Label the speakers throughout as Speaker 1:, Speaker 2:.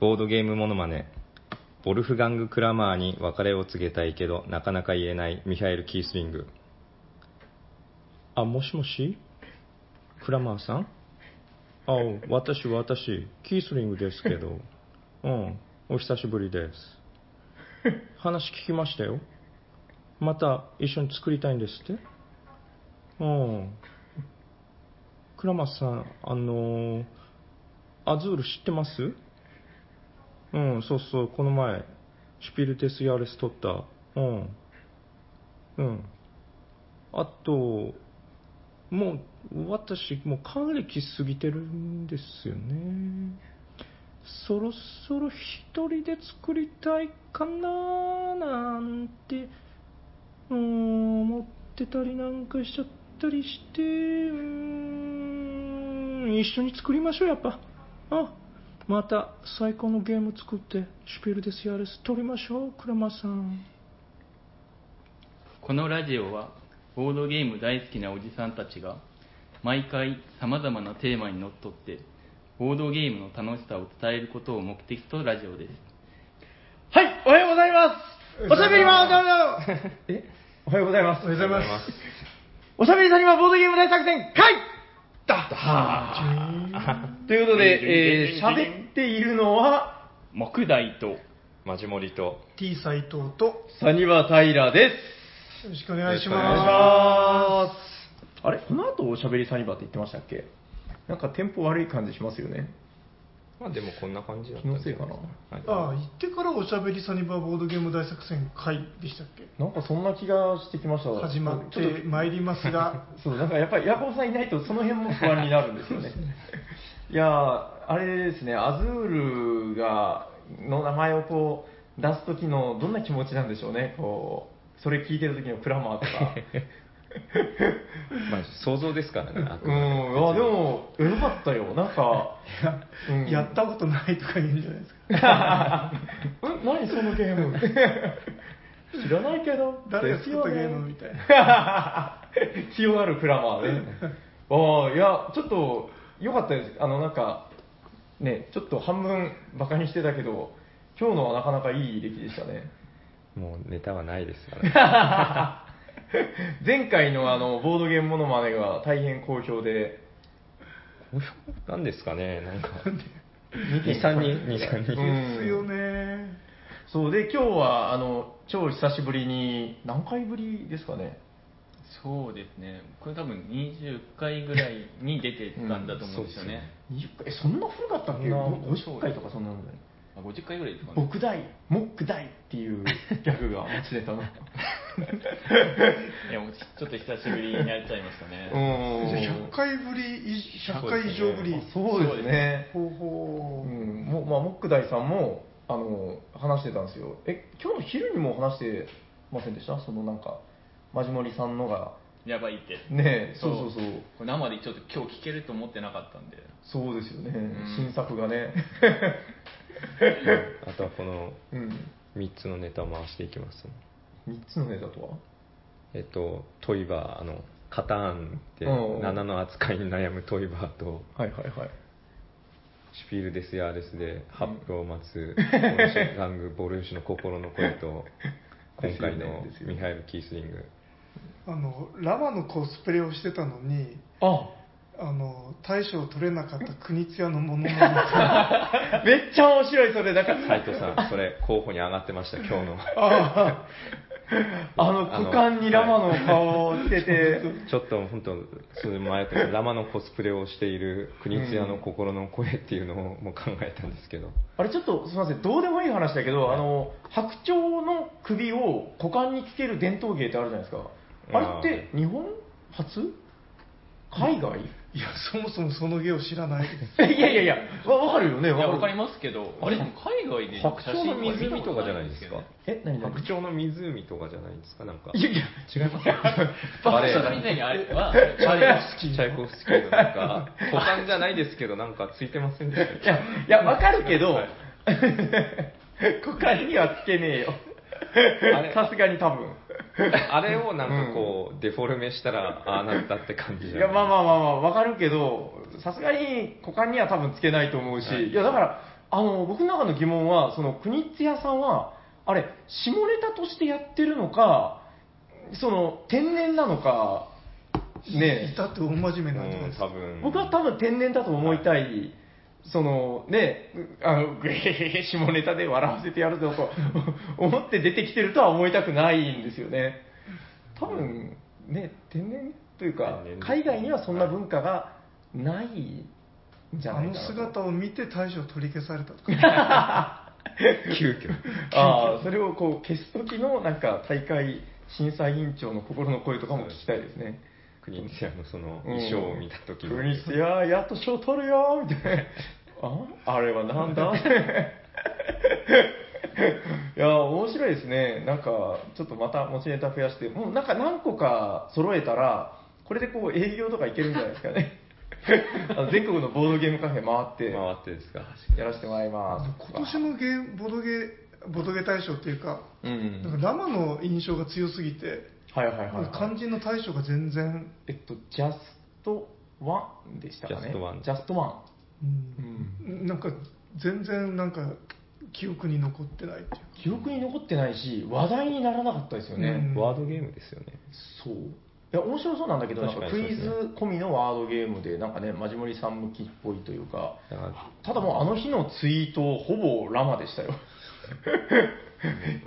Speaker 1: ボードゲームモノマネボルフガング・クラマーに別れを告げたいけどなかなか言えないミハエル・キースリングあもしもしクラマーさんあ私私キースリングですけ どうんお久しぶりです話聞きましたよまた一緒に作りたいんですってうんクラマーさんあのーアズール知ってますうん、そうそう、この前、シュピルテス・ヤーレス撮った。うん。うん。あと、もう、私、もう還暦過ぎてるんですよね。そろそろ一人で作りたいかななんて、うーん、思ってたりなんかしちゃったりして、うーん、一緒に作りましょう、やっぱ。あ、また最高のゲーム作って、シュピルデス・ヤレス撮りましょう、クラマさん。
Speaker 2: このラジオはボードゲーム大好きなおじさんたちが毎回さまざまなテーマにのっとってボードゲームの楽しさを伝えることを目的とラジオです
Speaker 3: はい、おはようございます。おしゃべりマンえおはようございます。おはようございます。おしゃべりさんにはボードゲーム大作戦会だということで、えー、喋っているのは、
Speaker 2: 木大と
Speaker 1: マジモリと。
Speaker 4: T 斎藤と、よ
Speaker 3: サニバタイラです。
Speaker 4: ろしくお願いし
Speaker 1: よろしくお
Speaker 3: お願いし
Speaker 4: ま
Speaker 3: ます。あれこの後おしゃべりサニバって言ってましたっけなんかテンポ悪い感じしますよね。
Speaker 1: まあでもこんな感じだった
Speaker 3: 気のせいかな。
Speaker 4: す。ああ、行ってからおしゃべりサニバーボードゲーム大作戦会でしたっけ
Speaker 3: なんかそんな気がしてきました。
Speaker 4: 始まっ
Speaker 3: ちょっと
Speaker 4: てまいりますが、
Speaker 3: そう、だからやっぱりヤコブさんいないとその辺も不安になるんですよね。 いやー、あれですね、アズールが、の名前をこう、出す時のどんな気持ちなんでしょうね、こう、それ聞いてる時のクラ マーとか。
Speaker 1: まあ想像ですからね。あく
Speaker 3: う
Speaker 1: まで
Speaker 3: ん、あでも、よかったよ、なんか、うん
Speaker 4: やったことないとか言うんじゃないですか。
Speaker 3: うん、何そのゲーム 知らないけど、
Speaker 4: 誰が作ったゲームみたいな。
Speaker 3: 強がるクラマーね。ああ、いや、ちょっと、良かったです。あの、なんか、ね、ちょっと半分バカにしてたけど、今日のはなかなかいい出来でしたね。
Speaker 1: もうネタはないですから。
Speaker 3: 前回のあの、ボードゲームモノマネが大変好評で、
Speaker 1: なんですかね、なんか。
Speaker 3: 2
Speaker 1: 2、3人、2、3人。
Speaker 4: ですよね。
Speaker 3: そうで、今日は、あの、超久しぶりに、何回ぶりですかね。
Speaker 2: そうですねこれ多分20回ぐらいに出てたんだと思うんですよね,、
Speaker 3: 20回、えそんな古かったっけ
Speaker 2: そんな
Speaker 3: ?50 回とかそんなのだよ。
Speaker 2: あ50回ぐらいですかね
Speaker 3: 僕大、モック大っていうギャグが持ちネタの。
Speaker 2: い やもうちょっと久しぶりになっちゃいましたね、
Speaker 4: じゃあ
Speaker 3: うん
Speaker 4: 100回ぶりい、100回以上ぶり。
Speaker 3: そうですね。
Speaker 4: 方
Speaker 3: う
Speaker 4: 法、
Speaker 3: ん、もうまあ、モック大さんもあの話してたんですよ。え、今日の昼にも話してませんでしたそのなんか、マジモリさんのが。
Speaker 2: やばいって
Speaker 3: ねえそうそうそう。
Speaker 2: これ生でちょっと今日聞けると思ってなかったんで
Speaker 3: そうですよね。
Speaker 2: ん
Speaker 3: 新作がね。
Speaker 1: あとはこの
Speaker 3: うん。
Speaker 1: 3つのネタを回していきます。
Speaker 3: 3つのネタとは
Speaker 1: えっと、トイバー、あの、カターンって
Speaker 3: うん
Speaker 1: 7の扱いに悩むトイバーと、
Speaker 3: はいはいはい。
Speaker 1: シュピールデス・ヤーレスで発表を待つ、このシュラング・ボルーシュの心の声と、今回の
Speaker 3: ですよねですよね
Speaker 1: ミハエル・キースリング。
Speaker 4: あの、ラマのコスプレをしてたのに、
Speaker 3: あ
Speaker 4: あの、大賞を取れなかった国津屋のものま
Speaker 3: めっちゃ面白い、それ。だから、
Speaker 1: 斉藤さん、それ候補に上がってました、今日の。
Speaker 3: ああの
Speaker 1: あの
Speaker 3: 股間にラマの顔をつけて、
Speaker 1: ちょっと本当、それ前とラマのコスプレをしている国津屋の心の声っていうのをもう考えたんですけど、
Speaker 3: あれちょっとすみません、どうでもいい話だけど、あの白鳥の首を股間につける伝統芸ってあるじゃないですか、あれって日本初海外
Speaker 4: いや、そもそもその芸を知らないで す。
Speaker 3: いやいやいや、わわかるよね、
Speaker 2: いや、わかり
Speaker 3: す。
Speaker 2: ますけど、あれ、でも海外で
Speaker 1: 白鳥の湖とかじゃないですか。
Speaker 3: え、何々
Speaker 1: 白鳥の湖とかじゃないですか、なんか。
Speaker 3: いやいや、
Speaker 1: 違います。
Speaker 2: バ
Speaker 1: バ
Speaker 2: レ
Speaker 1: レ
Speaker 2: エ
Speaker 1: エ
Speaker 2: の以外にあれは、バレエ
Speaker 1: チャイコフスキーのなんか、股間じゃないですけど、なんかついてませんでしたっ
Speaker 3: い
Speaker 1: け
Speaker 3: や、いやわかるけど
Speaker 1: はい、
Speaker 3: 股間にはつけねえよ
Speaker 1: あれ。
Speaker 3: さすがに多分。
Speaker 1: あれをなんかこう、デフォルメしたら、ああなったって感じじゃ
Speaker 3: い
Speaker 1: ん
Speaker 3: や、まあまあまあまあ、わかるけど、さすがに股間には多分つけないと思うし、い、や、だから、あの僕の中の疑問は、その国津屋さんは、あれ、下ネタとしてやってるのか、その天然なのか、ね
Speaker 4: いたって大真面目なんじゃないです
Speaker 1: 多
Speaker 4: か。
Speaker 1: 分
Speaker 3: 僕は多分天然だと思いたい、そのね、うあの、ぐ へへへ、下ネタで笑わせてやるぞと 思って出てきてるとは思いたくないんですよね。多分、ね、天然というか
Speaker 1: 天然、ですね
Speaker 3: 海外にはそんな文化がないんじゃな
Speaker 4: あ
Speaker 3: い
Speaker 4: の
Speaker 3: かなと。
Speaker 4: 姿を見て大将取り消されたとか。
Speaker 1: 急遽
Speaker 3: ああ、それをこう消す時のなんか大会審査委員長の心の声とかも聞きたいですね。
Speaker 1: 国津屋のその衣装を見た時の、
Speaker 3: うん国津屋やっと賞取るよーみたいな。ああれはな んだいやー、面白いですね。なんか、ちょっとまた持ちネタ増やして、もうなんか何個か揃えたら、これでこう営業とかいけるんじゃないです かね。あの全国のボードゲームカフェ回って、
Speaker 1: 回ってですか
Speaker 3: やらせてもらいます。
Speaker 4: 今年のゲーボドゲボドゲ大賞っていうか、
Speaker 3: うんうん、
Speaker 4: なんかラマの印象が強すぎて、
Speaker 3: はいはいはいはい、
Speaker 4: 肝心の大賞が全然、
Speaker 3: えっと、ジャストワンでしたかね。
Speaker 1: ジャストワン
Speaker 3: ジャストワ
Speaker 4: う
Speaker 3: ン。うんん。
Speaker 4: なんか全然なんか記憶に残ってないっていう
Speaker 3: 記憶に残ってないし、話題にならなかったですよね。
Speaker 4: うん
Speaker 1: ワードゲームですよね
Speaker 3: そう。いや、面白そうなんだけど、なんか
Speaker 1: 確か
Speaker 3: ク
Speaker 1: にそう
Speaker 3: イ
Speaker 1: ですね
Speaker 3: ズ込みのワードゲームで、なんかね、マジモリさん向きっぽいというか、
Speaker 1: だから
Speaker 3: ただもうあの日のツイート、ほぼラマで したよ。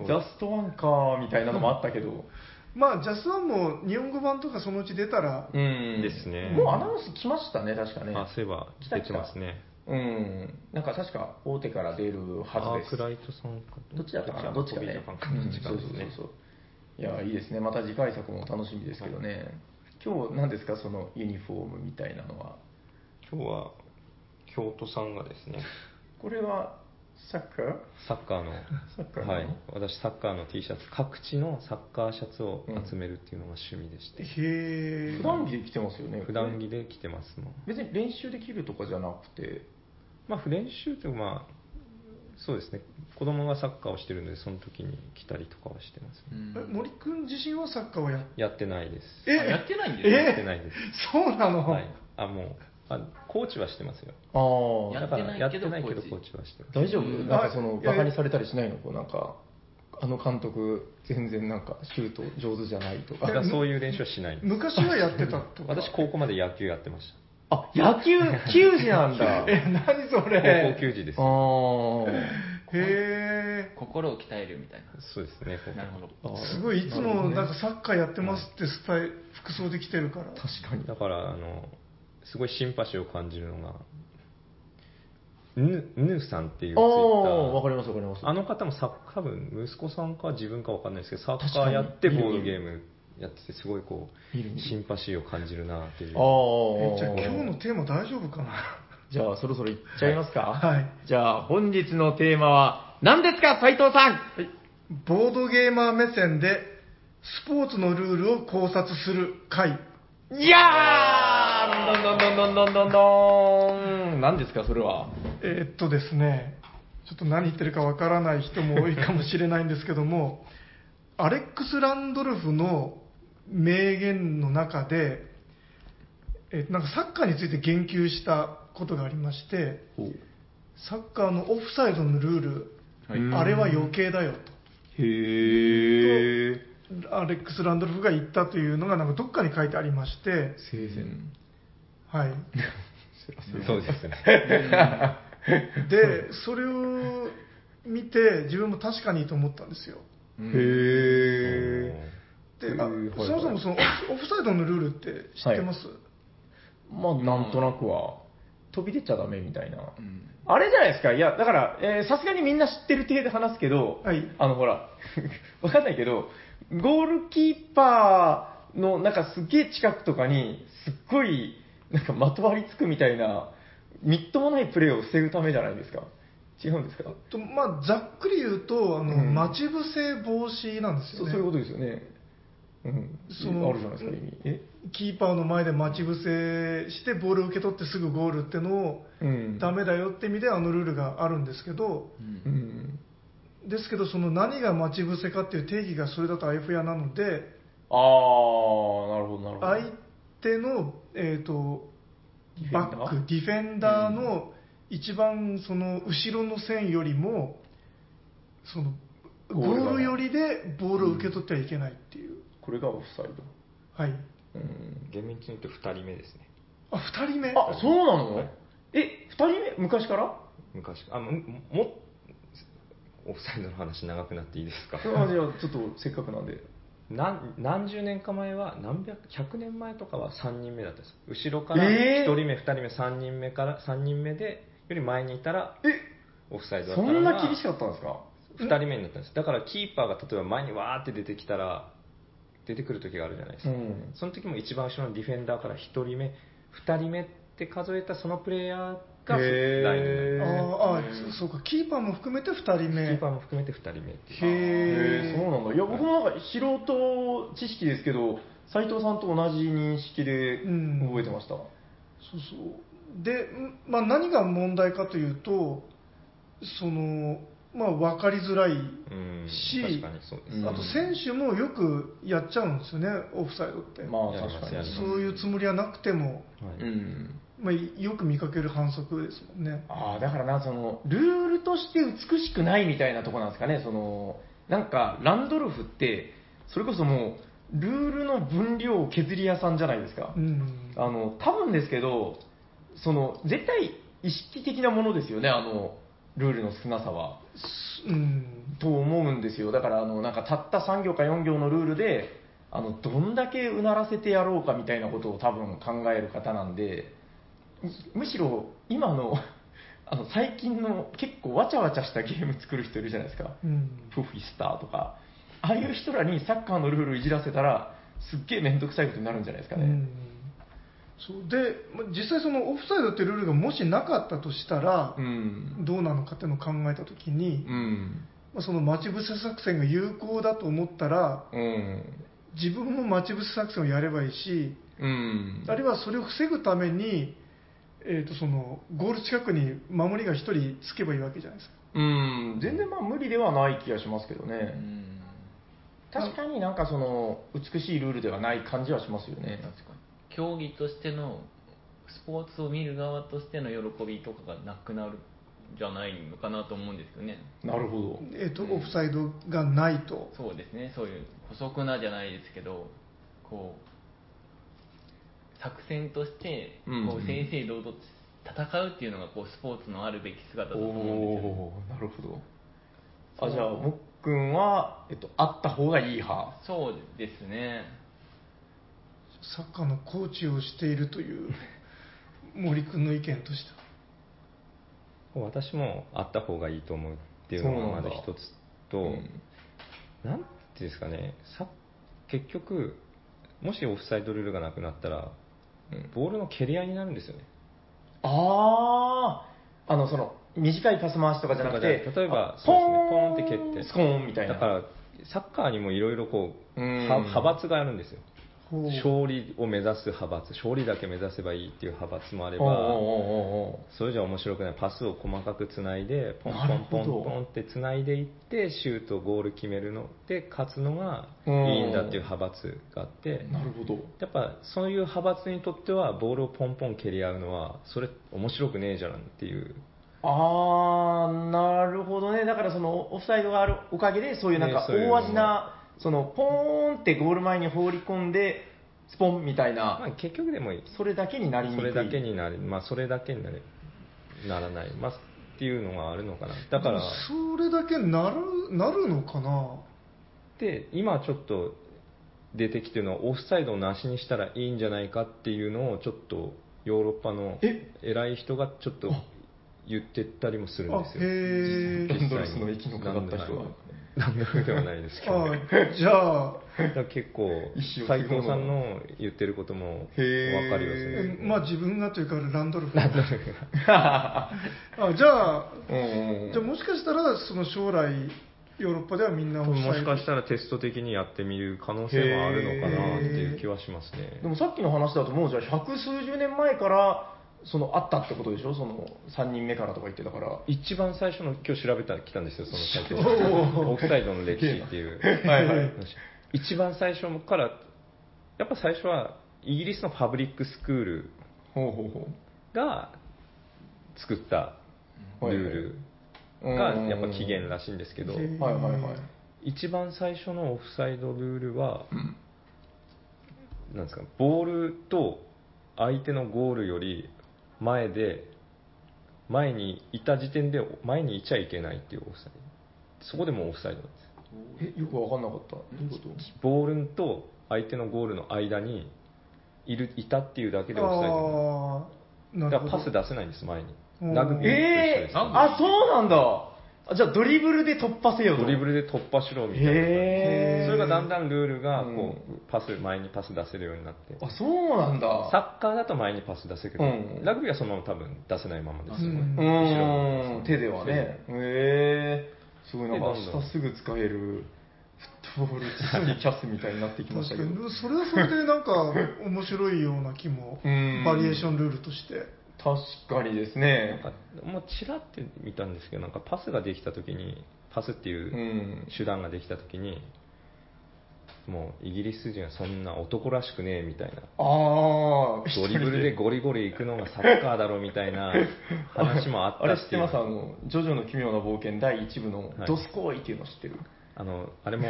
Speaker 3: ジャストワンかーみたいなのもあったけど、
Speaker 4: まあジャスワンも日本語版とかそのうち出たら、
Speaker 3: うん。
Speaker 1: ですね
Speaker 3: もうアナウンス来ましたね、確かね。
Speaker 1: あそういえば
Speaker 3: 来た
Speaker 1: 出てますね
Speaker 3: うん。なんか確か大手から出るはずです。
Speaker 1: アークライトさんか
Speaker 3: どっちだったかな、どっちかね。
Speaker 1: ジャパンかどっちか
Speaker 3: うん
Speaker 1: で
Speaker 3: そ
Speaker 1: す
Speaker 3: うそう
Speaker 1: ね
Speaker 3: そうそう。いや、いいですね。また次回作も楽しみですけどね。今日、何ですか、そのユニフォームみたいなのは。
Speaker 1: 今日は京都さんがですね
Speaker 3: これは、サッカー
Speaker 1: サッカーの
Speaker 3: サッカーの
Speaker 1: はい私サッカーの T シャツ各地のサッカーシャツを集めるっていうのが趣味でして、
Speaker 4: へ
Speaker 3: 普
Speaker 4: え
Speaker 3: 段着で着てますよね。
Speaker 1: 普段着で着てますもん
Speaker 3: 別に練習できるとかじゃなくて、
Speaker 1: まあ練習っていうかまあそうですね子供がサッカーをしてるのでその時に着たりとかはしてます、ね
Speaker 4: 森君自身はサッカーをやっ
Speaker 1: やってないです
Speaker 4: え
Speaker 5: あやってないんです
Speaker 1: やっ
Speaker 5: ね
Speaker 1: てないです
Speaker 4: そうなの、
Speaker 1: はいあもうあコーチはしてますよ
Speaker 3: ああ、
Speaker 5: や
Speaker 1: だからや
Speaker 5: や
Speaker 1: っ
Speaker 5: ってて
Speaker 1: な
Speaker 5: ないい
Speaker 1: け
Speaker 5: け
Speaker 1: ど
Speaker 5: ど
Speaker 1: コ
Speaker 5: コー
Speaker 1: ー
Speaker 5: チ
Speaker 1: チはしてます
Speaker 3: 大丈夫
Speaker 4: うん
Speaker 3: なんかその、
Speaker 4: あ
Speaker 3: バカにされたりしないのこうなんか、あの監督、全然なんか、シュート上手じゃないと
Speaker 1: だ
Speaker 3: か
Speaker 1: か。らそういう練習はし ないんです
Speaker 4: 昔はやってたとか
Speaker 1: 私高校まで野球やってました
Speaker 3: あ、野球、球児なん だ。
Speaker 4: え何そ
Speaker 1: 高
Speaker 4: れ
Speaker 1: 校球児です
Speaker 3: あー
Speaker 4: へ
Speaker 5: 心を鍛えるみたいな
Speaker 1: そうですね
Speaker 5: なるほど
Speaker 3: あー。
Speaker 4: えすごいいつもなんかサッカーやってますってスタイル服装で来てるから
Speaker 3: 確かに。
Speaker 1: だからあのすごいシンパシーを感じるのがぬぬーさんっていうツイッター
Speaker 3: ああ、わかりますわかります。
Speaker 1: あの方もサッカー部、息子さんか自分かわかんないですけど、サッカーやって
Speaker 3: 確か
Speaker 1: ボ
Speaker 3: に
Speaker 1: ードゲームやってて、すごいこ
Speaker 3: 見る見
Speaker 1: う、
Speaker 3: る
Speaker 1: シンパシーを感じるなっていう。
Speaker 4: えじゃあ
Speaker 3: ああ。
Speaker 4: 今日のテーマ大丈夫かな
Speaker 3: じゃあそろそろ行っちゃいますか。
Speaker 4: はい
Speaker 3: じゃあ本日のテーマは何ですか、斉藤さん
Speaker 4: ボードゲーマー目線でスポーツのルールを考察する会
Speaker 3: いやーどんどんどんどんどんどんどん何ですか、それは。
Speaker 4: えーっとですね、ちょっと何言ってるかわからない人も多いかもしれないんですけども、 アレックス・ランドルフの名言の中で、えーなんかサッカーについて言及したことがありまして、サッカーのオフサイドのルール、あれは余計だよ
Speaker 3: へえ。
Speaker 4: と、アレックス・ランドルフが言ったというのが、なんかどっかに書いてありまして、
Speaker 3: 生前。
Speaker 4: はい、
Speaker 1: そうですね。
Speaker 4: で、それを見て、自分も確かにと思ったんですよ。
Speaker 3: へえ。
Speaker 4: で、あ
Speaker 3: うーはい
Speaker 4: そもそもそのオ フオフサイドのルールって知ってます、
Speaker 3: まあなんとなくは、飛び出ちゃダメみたいな。
Speaker 5: うん
Speaker 3: あれじゃないですか、いや、だから、えーさすがにみんな知ってる程度話すけど、
Speaker 4: はい
Speaker 3: あの、ほら、 わかんないけど、ゴールキーパーの、なんかすげえ近くとかに、すっごい、なんかまとわりつくみたいな、みっともないプレーを防ぐためじゃないですか。違うんですか、
Speaker 4: とまあ、ざっくり言うとあの、
Speaker 3: うん
Speaker 4: 待ち伏せ防止なんです
Speaker 3: そ
Speaker 4: よ
Speaker 3: う
Speaker 4: ね
Speaker 3: そういうことですよね。うん。
Speaker 4: その
Speaker 3: あるじゃないですか、意味。え
Speaker 4: キーパーの前で待ち伏せしてボールを受け取ってすぐゴールってのを、
Speaker 3: うん。
Speaker 4: ダメだよって意味であのルールがあるんですけど
Speaker 3: うん。
Speaker 4: ですけどその何が待ち伏せかっていう定義がそれだとあやふやなので
Speaker 3: あー、なるほど、なるほど。
Speaker 4: 相手の、えー、と
Speaker 3: ディフェン
Speaker 4: バ
Speaker 3: ダー
Speaker 4: ックディフェンダーの位一番その後ろの線よりもその
Speaker 3: ゴー
Speaker 4: ゴ
Speaker 3: ル側
Speaker 4: ール寄りでボールを受け取ってはいけないっていう、
Speaker 3: これがオフサイド。
Speaker 4: はい
Speaker 3: うん。
Speaker 1: 厳密に言うと2人目ですね
Speaker 4: あ二人目
Speaker 3: あ、そうなの
Speaker 1: はい
Speaker 3: え、二人目昔から
Speaker 1: 昔あももオフサイドの話長くなっていいですか
Speaker 3: あじゃあ、ちょっとせっかく なんで。
Speaker 1: 何何十年か前は何百100年前とかは3人目だったんです後ろから1
Speaker 3: えー
Speaker 1: 人目、2人目3人目から3人目でより前にいたら
Speaker 3: え、
Speaker 1: オフサイドだっ
Speaker 3: そ
Speaker 1: たの
Speaker 3: ん
Speaker 1: が
Speaker 3: な厳しかったんですか
Speaker 1: 2人目になったんですだからキーパーが例えば前にわーって出てきたら出てくる時があるじゃないですか、
Speaker 3: ん。
Speaker 1: その時も一番後ろのディフェンダーから1人目2人目って数えたそのプレイヤーが
Speaker 3: へー
Speaker 1: ラインになる
Speaker 4: あーあー
Speaker 3: うん
Speaker 4: そうかキーパーも含めて二人
Speaker 1: キ
Speaker 4: 目
Speaker 1: ーパーも含めて2人目っていう
Speaker 3: へえ、
Speaker 4: へ
Speaker 3: そう
Speaker 4: え
Speaker 3: なんだ。いや、僕もなんか素人知識ですけど、斉藤さんと同じ認識で
Speaker 4: うん
Speaker 3: 覚えてました。
Speaker 4: そうそうで、んまあ、何が問題かというとその、まあ、分かりづらい
Speaker 1: うん
Speaker 4: し
Speaker 1: 確かにそうです、
Speaker 3: うん
Speaker 4: あと選手もよくやっちゃうんですよね、オフサイドって、
Speaker 3: まあ、
Speaker 1: やります
Speaker 3: 確か
Speaker 1: や
Speaker 3: に
Speaker 1: り。ます
Speaker 4: そういうつもりはなくても、
Speaker 1: はい
Speaker 3: うん。
Speaker 4: まあ、よく見かける反則ですもんね。
Speaker 3: ああ、だからな、その、ルールとして美しくないみたいなとこなんですかね、その、なんか、ランドルフって、それこそもう、ルールの分量を削り屋さんじゃないですか
Speaker 4: う。ん、
Speaker 3: あの、多分ですけど、その、絶対意識的なものですよね、あの、ルールの少なさは。
Speaker 4: うん、
Speaker 3: と思うんですよ。だから、あの、なんか、たった3行か4行のルールで、あの、どんだけうならせてやろうかみたいなことを多分考える方なんで、むむしろ、今の、 あの、最近の結構わちゃわちゃしたゲーム作る人いるじゃないですか。
Speaker 4: うん、
Speaker 3: プフィスターとか、ああいう人らにサッカーのルールいじらせたら、すっげえ面倒くさいことになるんじゃないですか
Speaker 4: う
Speaker 3: ね。
Speaker 4: んそうで、まあ、実際、そのオフサイドってルールがもしなかったとしたら
Speaker 3: う、ん。
Speaker 4: どうなのかっていうのを考えたときに
Speaker 3: う、ん。
Speaker 4: まあ、その待ち伏せ作戦が有効だと思ったら、
Speaker 3: うん。
Speaker 4: 自分も待ち伏せ作戦をやればいいし、
Speaker 3: うん。
Speaker 4: あるいはそれを防ぐために、えー、とそのゴール近くに守りが1人つけばいいわけじゃないですか。
Speaker 3: うん、全然まあ無理ではない気がしますけどね。確かになんかその、美しいルールではない感じはしますよね。
Speaker 5: 競技としてのスポーツを見る側としての喜びとかがなくなるんじゃないのかなと思うんですよね
Speaker 3: なるほど。
Speaker 4: えー、とオフサイドがないと、
Speaker 5: そうですねそういう補足なじゃないですけどこう作戦として
Speaker 3: うん
Speaker 5: こう正々堂々と戦うっていうのがこうスポーツのあるべき姿だと思うんですよ、ね、
Speaker 3: おーなるほど。あ、じゃあ、もっくんは、えっと、あった方がいい派。
Speaker 5: そうですね
Speaker 4: サッカーのコーチをしているという森君の意見としては。
Speaker 1: 私もあった方がいいと思うっていうのがまず一つと、
Speaker 3: うん
Speaker 1: なんていうんですかね、さ結局、もしオフサイドルールがなくなったら、ボールの蹴り合いになるんですよね。
Speaker 3: あー、あの、その、短いパス回しとかじゃなくて、
Speaker 1: とかじゃ例えば
Speaker 3: あ
Speaker 1: そうですね
Speaker 3: ポーン
Speaker 1: ポーンって蹴って
Speaker 3: スコーンみたいな。
Speaker 1: だから、サッカーにもいろいろこう、
Speaker 3: うん
Speaker 1: は派閥があるんですよ。
Speaker 4: ほう
Speaker 1: 勝利を目指す派閥、勝利だけ目指せばいいっていう派閥もあれ
Speaker 3: おーおー
Speaker 1: ば、
Speaker 3: おーおー
Speaker 1: それじゃ面白くない。パスを細かくつないで、ポン
Speaker 3: なる
Speaker 1: ポ
Speaker 3: ほ
Speaker 1: ン
Speaker 3: ど
Speaker 1: ポンポンってつないでいって、シュート、ゴール決めるので、勝つのがい
Speaker 3: うん
Speaker 1: いんだっていう派閥があって、
Speaker 3: なるほど。
Speaker 1: やっぱそういう派閥にとってはボールをポンポン蹴り合うのはそれ面白くねえじゃんっていう
Speaker 3: あー、なるほどね、だからそのオフサイドがあるおかげで、そういうなん
Speaker 1: ね
Speaker 3: か
Speaker 1: そういう
Speaker 3: 大味な、そのポーンってゴール前に放り込んで、スポンみたい
Speaker 1: まあ
Speaker 3: な、
Speaker 1: 結局でもいい
Speaker 3: それだけになりにくい。
Speaker 1: それだけになれまあそれだけになれならないまあっていうのがあるのかなだから
Speaker 4: それだけなるなるのかな
Speaker 1: で今ちょっと出てきてるのはオフサイドをなしにしたらいいんじゃないかっていうのをちょっとヨーロッパの
Speaker 3: え
Speaker 1: 偉い人がちょっと言ってったりもするんです
Speaker 4: あ
Speaker 1: よ
Speaker 4: へ
Speaker 1: 実際
Speaker 4: ー
Speaker 1: に
Speaker 3: ランドルフの息のかかった人が
Speaker 1: ランドルフではないですけど、
Speaker 4: あ
Speaker 1: ね、
Speaker 4: じゃあ、
Speaker 1: だから結構
Speaker 3: 一生継
Speaker 1: 斉
Speaker 3: ぐもの
Speaker 1: 藤さんの言ってることも分か
Speaker 3: へー
Speaker 1: るよね
Speaker 4: えまあ自分がというかランドルフあじゃあ
Speaker 3: うんうんうん
Speaker 4: じゃあもしかしたらその将来ヨーロッパではみんなオフサイド
Speaker 1: もしかしたらテスト的にやってみる可能性もあるのかなっていう気はしますね
Speaker 3: でもさっきの話だと、もうじゃあ、百数十年前から、そのあったってことでしょ、その3人目からとか言ってたから。は
Speaker 1: 一番最初の今日調べたら来たんですよその斉藤さ
Speaker 3: お
Speaker 1: ん
Speaker 3: ー
Speaker 1: オフサイドの歴史っていう
Speaker 3: いはい
Speaker 1: 話一番最初からやっぱ最初はイギリスのパブリックスクール
Speaker 3: ほうほうほう。
Speaker 1: が作ったルールがやっぱ起源らしいんですけど、
Speaker 4: うん
Speaker 3: はいはいはい。
Speaker 1: 一番最初のオフサイドルールは、なんですかボールと相手のゴールより前で前にいた時点で前にいちゃいけないっていうオフサイドそこでもうオフサイドなんです
Speaker 3: え、よくわかんなかった。どういうこと
Speaker 1: ボールと相手のゴールの間にいるいたっていうだけでオフサイド
Speaker 4: ああ、
Speaker 1: な
Speaker 4: なんる
Speaker 1: ですだか
Speaker 4: ほど。
Speaker 1: らパス出せないんです前に
Speaker 4: うん
Speaker 1: ラグビーと一緒
Speaker 3: え
Speaker 1: です、
Speaker 3: ー、あ、そうなんだ。あじゃあドリブルで突破せよと。
Speaker 1: ドリブ
Speaker 3: ル。
Speaker 1: ルで突破しろみたいな感じ
Speaker 3: へー。
Speaker 1: それがだんだんルールが
Speaker 3: うん
Speaker 1: こう、パス前にパス出せるようになって
Speaker 3: あ、そうなんだ。
Speaker 1: サッカーだと前にパス出せるけど、
Speaker 3: うん
Speaker 1: ラグビーはそのまま多分出せないままですよね、
Speaker 4: うん
Speaker 3: うーん、手ではね。へー。すごいなんか
Speaker 1: でどんど
Speaker 3: 明
Speaker 1: ん
Speaker 3: 日すぐ使える、フットボール知識キャスみたいになってきました
Speaker 4: 確
Speaker 3: け
Speaker 4: か
Speaker 3: ど。
Speaker 4: にそれはそれでなんか面白いような気も
Speaker 3: うん
Speaker 4: バリエーションルールとして
Speaker 3: 確かにです
Speaker 1: なん
Speaker 3: ね。
Speaker 1: かもうちらって見たんですけどなんかパスができた時にパスって
Speaker 3: う。
Speaker 1: いうん手段ができた時に、もうイギリス人はそんな男らしくねえみたいな
Speaker 3: あー、
Speaker 1: ドリブルでゴリゴリ行くのがサッカーだろみたい な話もあった
Speaker 3: あれ知って
Speaker 1: いう
Speaker 3: ますあの、ジョジョの奇妙な冒険第1部
Speaker 1: は
Speaker 3: の
Speaker 1: い
Speaker 3: ドスコーイっていうの知ってる、
Speaker 1: あのあれも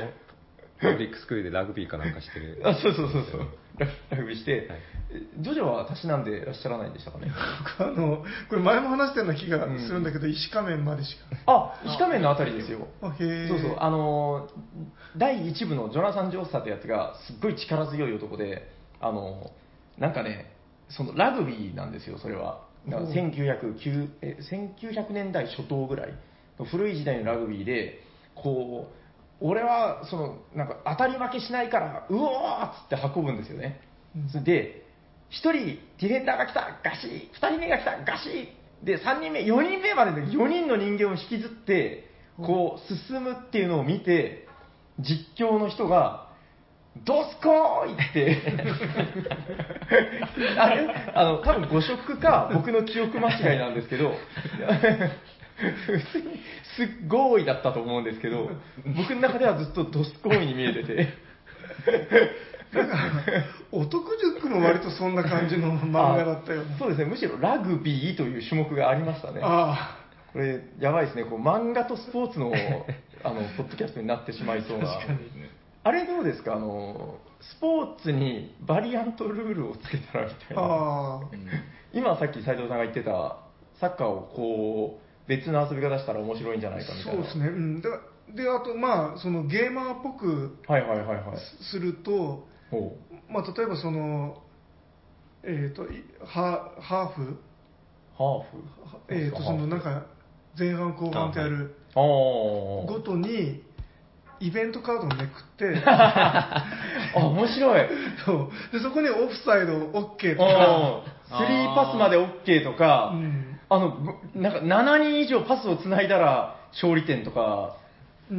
Speaker 1: パブリックスクールでラグビーかなんかしてる
Speaker 3: あ、そうそうそうそう。ララグビーして、
Speaker 1: はい
Speaker 3: えジョジョはたしなんでいらっしゃらないんでしたかね。
Speaker 4: 僕あのこれ前も話したような気がするんだけど、石仮面までし
Speaker 3: あ、石仮面のあたりですよ。
Speaker 4: かあへえ
Speaker 3: そうそう、あのー、第1部のジョナサン・ジョースターってやつが、すっごい力強い男で、あのー、なんかね、そのラグビーなんですよ、それは。だから
Speaker 4: うん
Speaker 3: 1909え1900年代初頭ぐらいの古い時代のラグビーで、こう、俺はそのなんか当たり負けしないから、うおーっつって運ぶんですよね。それで、1人ディフェンダーが来た、ガシー、2人目が来た、ガシー、で、3人目、4人目までの4人の人間を引きずって、こう、進むっていうのを見て、実況の人が、ドスコーイって、 あれあの、多分誤植 か、僕の記憶間違いなんですけど、普通にすっごいだったと思うんですけど、僕の中ではずっとドスコーイに見えてて。
Speaker 4: 男塾も割とそんな感じの 漫画だったよ
Speaker 3: あそうですね、むしろラグビーという種目がありましたね。
Speaker 4: あ
Speaker 3: これ、やばいですね、こう漫画とスポーツのあのポッドキャストになってしまいそうな。あれどうですかあの、スポーツにバリアントルールをつけたらみた
Speaker 4: あ
Speaker 3: いな。
Speaker 4: ああ
Speaker 3: 今さっき斉藤さんが言ってた、サッカーをこう、別の遊び方したら面白いんじゃないかみた
Speaker 4: そ
Speaker 3: いうな。
Speaker 4: ですねうんだであとまあそのゲーマーっぽく
Speaker 3: はいはいはいはい。
Speaker 4: すると、
Speaker 3: おう
Speaker 4: まあ、例えばそのえっ、といハーハーフ
Speaker 3: ハ
Speaker 4: は
Speaker 3: ーフ
Speaker 4: えー、とそのなんか前半後半ってやる
Speaker 3: あー
Speaker 4: ごとにイベントカードをめくって
Speaker 3: あ、面白い。
Speaker 4: そうでそこにオフサイド OK とか、
Speaker 3: うんスリーパスまで OK とか、
Speaker 4: うん
Speaker 3: あのぶなんか7人以上パスをつないだら勝利点とか、
Speaker 4: うん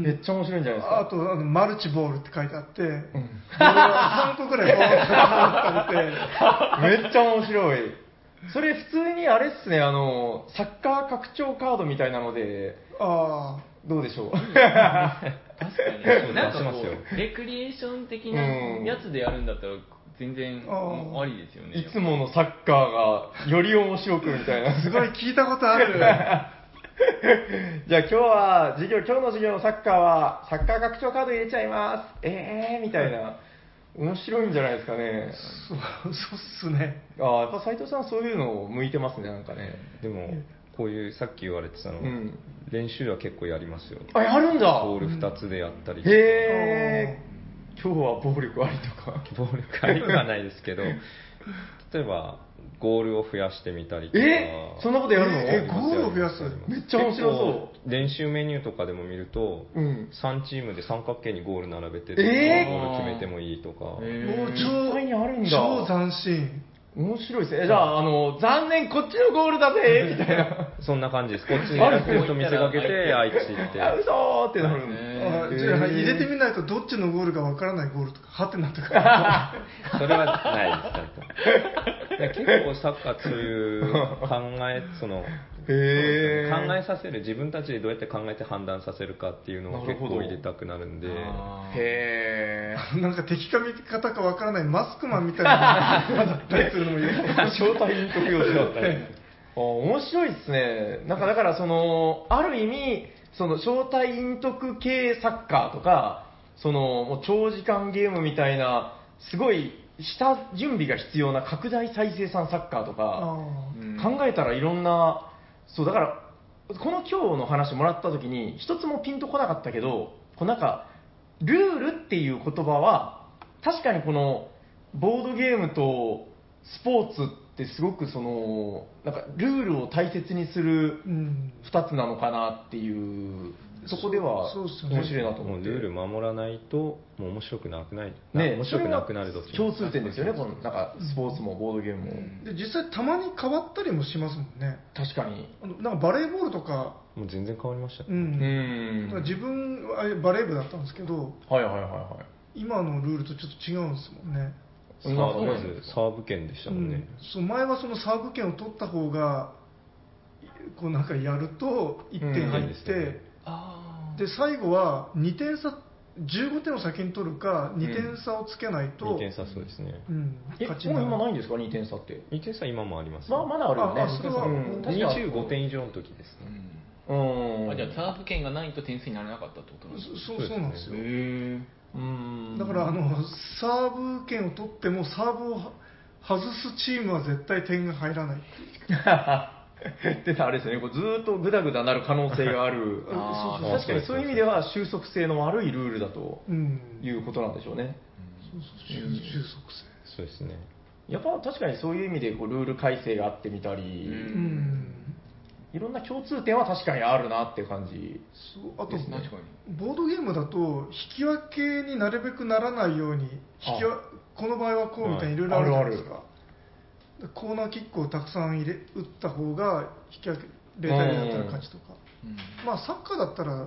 Speaker 3: めっちゃ面白いんじゃないですか。
Speaker 4: あとあのマルチボールって書いてあって、
Speaker 3: う
Speaker 4: ボールが3個くらいボーンって置 か
Speaker 3: んめっちゃ面白い。それ普通にあれっすね、あの、サッカー拡張カードみたいなので、
Speaker 4: れてあ
Speaker 3: どうでしょう。
Speaker 5: 確かになんかこ
Speaker 1: 出します
Speaker 5: うレクリエーション的なやつでやるんだったら全然
Speaker 4: あー
Speaker 5: ありですよね
Speaker 3: いつものサッカーがより面白くみたいな
Speaker 4: あ。すごい聞いたことある
Speaker 3: じゃあ今日は授業、今日の授業のサッカーは、サッカー拡張カード入れちゃいます。えーみたいな。面白いんじゃないですかね。
Speaker 4: そうそうっすね
Speaker 3: ああ、やっぱ斉藤さんそういうの向いてますね、なんかね。
Speaker 1: でもこういうさっき言われてたの、
Speaker 3: うん
Speaker 1: 練習は結構やりますよ
Speaker 3: あ、やるんだ
Speaker 1: ボール2つでやったりとか
Speaker 3: へえ。今日は暴力ありとか。
Speaker 1: ボールがありくはないですけど例えばゴールを増やしてみたりとか
Speaker 3: えそんなことやるの
Speaker 4: ええゴールを増やす
Speaker 3: めっちゃ面白そ
Speaker 1: そう練習メニューとかでも見ると、
Speaker 3: う。うん。
Speaker 1: 3チームで三角形にゴール並べて、
Speaker 3: えー
Speaker 1: ゴール決めてもいいとか、
Speaker 5: へー
Speaker 4: もう
Speaker 3: 実際にあるんだ
Speaker 4: 超超斬新
Speaker 3: 面白いですね。えじゃあ、あの、残念、こっちのゴールだぜみたいな。
Speaker 1: そんな感じですこっちにやってると見せかけて
Speaker 5: あ
Speaker 1: あ
Speaker 5: れ
Speaker 1: い
Speaker 5: こ
Speaker 1: つ
Speaker 5: う
Speaker 1: 行っ
Speaker 3: あ、
Speaker 1: て
Speaker 3: 嘘ーってなるんだ。
Speaker 5: へ
Speaker 4: あ
Speaker 3: え
Speaker 4: じゃあ入れてみないとどっちのゴールかわからないゴールとかハテナとか
Speaker 1: それはないですちゃんとで結構サッカーそういう考えその
Speaker 3: へえ。
Speaker 1: 考えさせる自分たちでどうやって考えて判断させるかっていうのを
Speaker 3: なる
Speaker 1: 結
Speaker 3: ほど
Speaker 1: 構入れたくなるんで
Speaker 5: あー
Speaker 3: へえ。
Speaker 4: なんか敵か味方かわからないマスクマンみたいなのがだったりするのもよく
Speaker 3: 招待員特用しだったあ面白いですね。なんかだからその、ある意味、その招待陰徳系サッカーとか、そのもう長時間ゲームみたいな、すごい下準備が必要な拡大再生産サッカーとか、
Speaker 4: あ
Speaker 3: うん考えたらいろんな、そうだから、この今日の話もらった時に、一つもピンとこなかったけど、こうなんか、ルールっていう言葉は、確かにこの、ボードゲームとスポーツってすごくその、なんかルールを大切にする
Speaker 4: ーうん
Speaker 3: 2つなのかなっていう、そこでは
Speaker 4: そうそうっすよね
Speaker 3: 面白いなと
Speaker 1: も
Speaker 3: 思
Speaker 1: う
Speaker 3: って。
Speaker 1: ルール守らないともう面白くなくない、な
Speaker 3: ね、
Speaker 1: 面白くなくなるどっち
Speaker 3: 共通点ですよね、このなんかスポーツもボードゲームも。
Speaker 4: で実際たまに変わったりもしますもんね
Speaker 3: 確かに。
Speaker 4: あのなんかバレーボールとか、
Speaker 1: もう全然変わりました
Speaker 4: う
Speaker 1: ね、
Speaker 3: うんん。
Speaker 4: 自分はバレー部だったんですけど
Speaker 3: はいはいはいはい。
Speaker 4: 今のルールとちょっと違うんですもんね
Speaker 1: サー
Speaker 3: まあそう
Speaker 1: ブ
Speaker 3: な
Speaker 1: ま
Speaker 3: んで
Speaker 1: ず
Speaker 3: す
Speaker 1: サーブ権でしたもんね、
Speaker 4: うん、そう前はそのサーブ権を取った方がこうなんかやると1点入
Speaker 1: うん
Speaker 4: って、
Speaker 1: いいですね
Speaker 3: あ
Speaker 4: で最後は2点差15点を先に取るか2点差をつけないと、
Speaker 1: 2点差そうですね、
Speaker 4: うん
Speaker 3: え、も
Speaker 4: 勝ちにな
Speaker 3: う
Speaker 4: る
Speaker 3: 今ないんですか、2点差って。
Speaker 1: 2点差今もあります
Speaker 3: まあ、まだあるよね。
Speaker 4: ああそれは
Speaker 3: うん確か
Speaker 1: 25点以上の時ですね、
Speaker 3: うん。
Speaker 5: あじゃあサーブ権がないと点数にならなかったってことなんですか
Speaker 4: そそうそうなんですよ、
Speaker 3: へうん。
Speaker 4: だからあのサーブ権を取ってもサーブを外すチームは絶対点が入らない。
Speaker 3: であれですね、こうずーっとグダグダなる可能性がある
Speaker 4: あーそうそう
Speaker 3: 確かにそういう意味では収束性の悪いルールだと
Speaker 4: うん
Speaker 3: いうことなんでしょうね。
Speaker 4: そうそう収束
Speaker 1: そうですね
Speaker 3: やっぱ確かにそういう意味でこうルール改正があってみたり、
Speaker 4: 性うん
Speaker 3: いろんな共通点は確かにあるなっていう感じ。
Speaker 4: そうあと
Speaker 5: 確かに
Speaker 4: ボードゲームだと引き分けになるべくならないように引きわこの場合はこうみたいにいろいろあるじゃないですか、でコーナーキックをたくさん入れ打った方が引き分け0対0だったら勝ちとか、まあサッカーだったら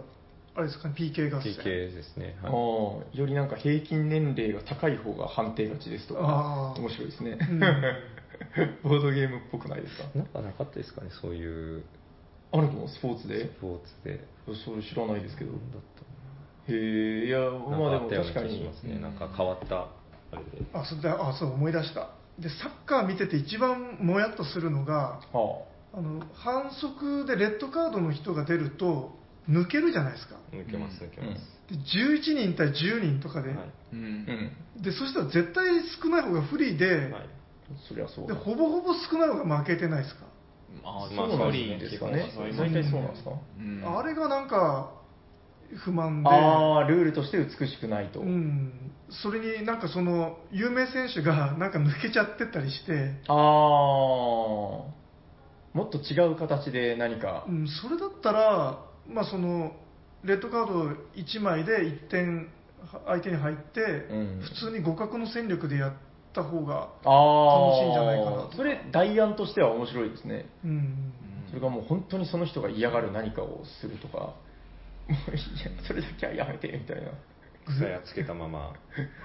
Speaker 4: あれですかね PK 合戦
Speaker 1: PK ですね、
Speaker 3: あ
Speaker 1: は
Speaker 3: ーよりなんか平均年齢が高い方が判定勝ちですとか
Speaker 4: あ、ー
Speaker 3: 面白いですね。
Speaker 4: うん
Speaker 3: ボードゲームっぽくないですか
Speaker 1: い、なんかなかったですかねそういう
Speaker 3: あるのスポーツで
Speaker 1: スポーツで
Speaker 3: それ知らないですけど。
Speaker 1: なんだったか
Speaker 3: へえ、いや、
Speaker 1: な
Speaker 3: ま
Speaker 1: な
Speaker 3: あで
Speaker 1: んかあ
Speaker 3: も
Speaker 1: ったよう
Speaker 3: 確
Speaker 1: な
Speaker 3: か
Speaker 1: 気がし
Speaker 3: に
Speaker 1: ま。すね、なんか変わったあれで
Speaker 4: あそれであそう思い出したでサッカー見てて一番もやっとするのが
Speaker 3: は
Speaker 4: あの反則でレッドカードの人が出ると抜けるじゃないですか
Speaker 1: 抜けます抜けます、
Speaker 4: で11人対10人とかで、
Speaker 1: はい
Speaker 5: うんう
Speaker 3: あ、
Speaker 5: ん
Speaker 3: うん、
Speaker 4: でそしたら絶対少ない方が不利で,、
Speaker 1: はい
Speaker 3: そりゃそう
Speaker 4: で
Speaker 3: だ。
Speaker 4: ほぼほぼ少ない方が負けてないですか、
Speaker 5: あー
Speaker 1: まあ
Speaker 3: そ
Speaker 5: ス
Speaker 3: うなん
Speaker 5: トーリー
Speaker 3: ですかね
Speaker 5: 結構。
Speaker 3: 大体そうなんですか。
Speaker 5: うん
Speaker 4: あれがなんか不満で
Speaker 3: ああ、ルールとして美しくないと。
Speaker 4: うん、それになんかその有名選手がなんか抜けちゃってったりして、
Speaker 3: ああ、もっと違う形で何か
Speaker 4: う。ん、それだったら、まあ、そのレッドカード1枚で1点は相手に入って、
Speaker 3: ん
Speaker 4: 普通に互角の戦力でやった方が、
Speaker 3: ああ、
Speaker 4: 楽しいんじゃないかなと
Speaker 3: それ、代案としては面白いですね。
Speaker 4: うん、
Speaker 3: それがもう本当にその人が嫌がる何かをするとか、 もういいや、それだけはやめて、みたいな。
Speaker 1: 草やつけたま ま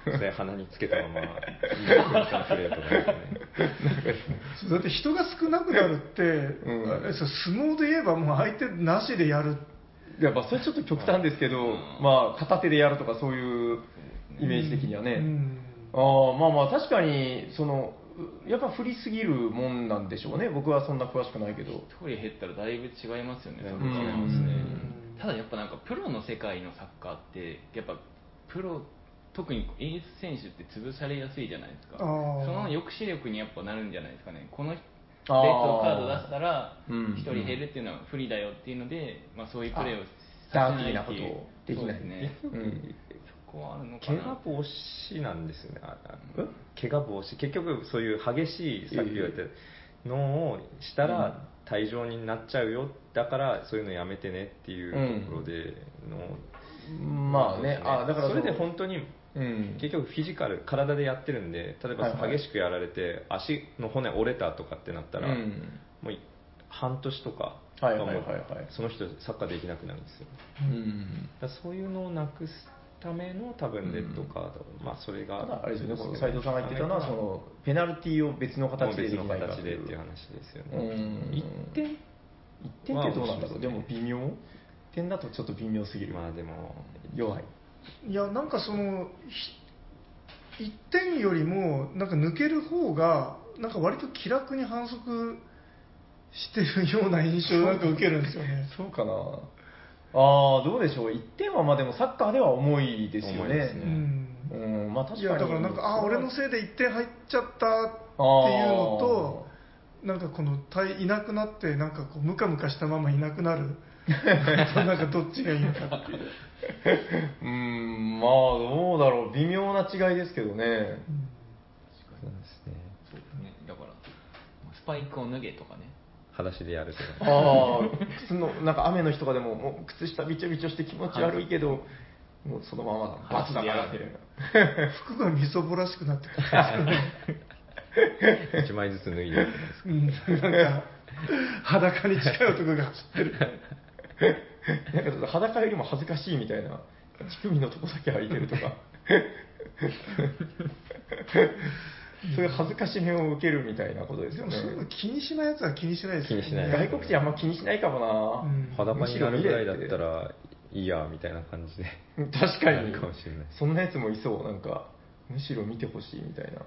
Speaker 1: 草や鼻につけたまま いいですねプレーとかですね
Speaker 4: だって人が少なくなるって、
Speaker 3: うん
Speaker 4: あれですよ相撲で言えばもう相手なしでやる
Speaker 3: いやまあそれちょっと極端ですけど、まあ、片手でやるとかそういうイメージ的にはね、
Speaker 4: うん
Speaker 3: あーまあまあ確かにそのうやっぱ振りすぎるもんなんでしょうね僕はそんな詳しくないけど
Speaker 5: 一人減ったらだいぶ違いますよね、
Speaker 1: だい
Speaker 5: そ
Speaker 1: ぶ
Speaker 5: こ
Speaker 1: 違い
Speaker 5: は
Speaker 1: ますね
Speaker 4: うん
Speaker 5: ただやっぱなんかプロの世界のサッカーってやっぱプロ特にエース選手って潰されやすいじゃないですか
Speaker 4: あー
Speaker 5: その抑止力にやっぱなるんじゃないですかねこのレッ
Speaker 3: あ
Speaker 5: ド
Speaker 3: ー
Speaker 5: カード出したら
Speaker 3: うん
Speaker 5: 1人減るっていうのは不利だよっていうので、まあ、そういうプレーを
Speaker 3: ダ
Speaker 5: さ
Speaker 3: ー
Speaker 5: せない
Speaker 3: ティーな
Speaker 5: っ
Speaker 3: こ
Speaker 5: て
Speaker 3: と
Speaker 5: い
Speaker 3: を
Speaker 5: う
Speaker 3: できない
Speaker 5: そうですね
Speaker 3: うん
Speaker 5: そこはあるのか
Speaker 1: 怪我
Speaker 5: な
Speaker 1: 防止なんですよねああ怪我防止結局そういう激しいさっき言われたのをしたら退場になっちゃうよだからそういうのやめてねっていうところでの、
Speaker 3: まあ
Speaker 1: そうで
Speaker 3: ね
Speaker 1: す
Speaker 3: あだから
Speaker 1: それで本当に
Speaker 3: うん
Speaker 1: 結局フィジカル体でやってるんで例えば
Speaker 3: はいはい
Speaker 1: 激しくやられて足の骨折れたとかってなったら、
Speaker 3: うん
Speaker 1: もうい半年とか
Speaker 3: は
Speaker 1: が
Speaker 3: い
Speaker 1: も
Speaker 3: は
Speaker 1: う
Speaker 3: いはいはい
Speaker 1: その人サッカーできなくなるんですよ
Speaker 3: うん
Speaker 1: だからそういうのをなくすための多分レッドカード、まあそれ
Speaker 3: ただ
Speaker 1: が
Speaker 3: あれですよねこの斉藤さんが言ってたのはそのペナルティーを別の
Speaker 1: も
Speaker 3: 形
Speaker 1: う
Speaker 3: で
Speaker 1: 別
Speaker 3: でき
Speaker 1: の
Speaker 3: ないか
Speaker 1: 形
Speaker 3: とい
Speaker 1: でっ
Speaker 3: う
Speaker 1: ていう話ですよ
Speaker 3: う
Speaker 1: ね、
Speaker 3: ん
Speaker 1: 一点
Speaker 3: 一点ってどうなんだろう、
Speaker 1: まあ
Speaker 3: でも微妙点だとちょっと微妙すぎる、
Speaker 1: まあでも
Speaker 3: 弱い
Speaker 4: いやなんかその1点よりもなんか抜ける方がなんか割と気楽に反則してるような印象をなんか受けるんですよね。
Speaker 3: そうかな。ああ、どうでしょう。1点はまあでもサッカーでは重いですよ
Speaker 1: 重いで
Speaker 3: ね
Speaker 1: す
Speaker 4: う。
Speaker 1: ね
Speaker 4: ん。
Speaker 3: うん、まあ確かに。
Speaker 4: いやだからなんかあー俺のせいで1点入っちゃったっていうのとなんかこのたいいなくなってなんかこうムカムカしたままいなくな るなんかどっちがいいのかっていう、
Speaker 3: うーん、まあどうだろう。微妙な違いですけどね。
Speaker 4: うん
Speaker 1: そうですね
Speaker 2: そうですね。だから、スパイクを脱げとかね。
Speaker 1: 裸足でやるとか
Speaker 3: ああ、靴の、なんか雨の日とかでも、もう靴下びちょびちょして気持ち悪いけど、もうそのままバツだからっていう。
Speaker 4: 服がみそぼらしくなってくるんですよね
Speaker 1: 1枚ずつ脱いでいくんです
Speaker 4: うんなんか裸に近い男が走ってる
Speaker 3: なんかちょっと裸よりも恥ずかしいみたいな、乳首のとこだけ空いてるとか、そういう恥ずかしめを受けるみたいなことです
Speaker 4: で
Speaker 3: よ
Speaker 4: も
Speaker 3: ね
Speaker 4: そう。いうの気にしないやつは気にしないですよね
Speaker 1: 気にしない
Speaker 3: 外国人あんま気にしないかも
Speaker 4: う
Speaker 3: な、
Speaker 4: ん
Speaker 1: 裸になるぐらいだったらいいやみたいな感じで
Speaker 3: 確かに
Speaker 1: あるかもしれない
Speaker 3: そんなやつもいそう、なんか、むしろ見てほしいみたいな。
Speaker 4: そ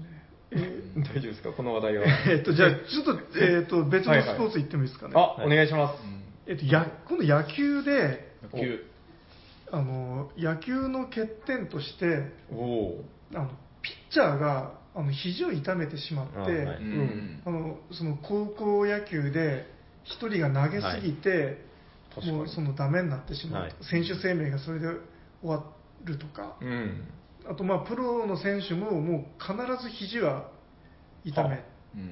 Speaker 4: うですね
Speaker 3: 大丈夫ですか、この話題 は。
Speaker 4: ええっとじゃあちょっと,、えっと別のスポーツ行ってもいいですかね、
Speaker 3: あ、お願いします。
Speaker 4: えっと、や今度野球で
Speaker 5: 野球。
Speaker 4: あの野球の欠点として
Speaker 3: おおー。
Speaker 4: あのピッチャーがあの肘を痛めてしまってあ、
Speaker 1: あはい
Speaker 2: うんん。
Speaker 4: のその高校野球で1人が投げすぎて、
Speaker 3: はい
Speaker 4: もう
Speaker 3: 確かに
Speaker 4: そのダメになってしまう、
Speaker 1: はい
Speaker 4: 選手生命がそれで終わるとか、
Speaker 3: うん。
Speaker 4: あとまあプロの選手ももう必ず肘は痛め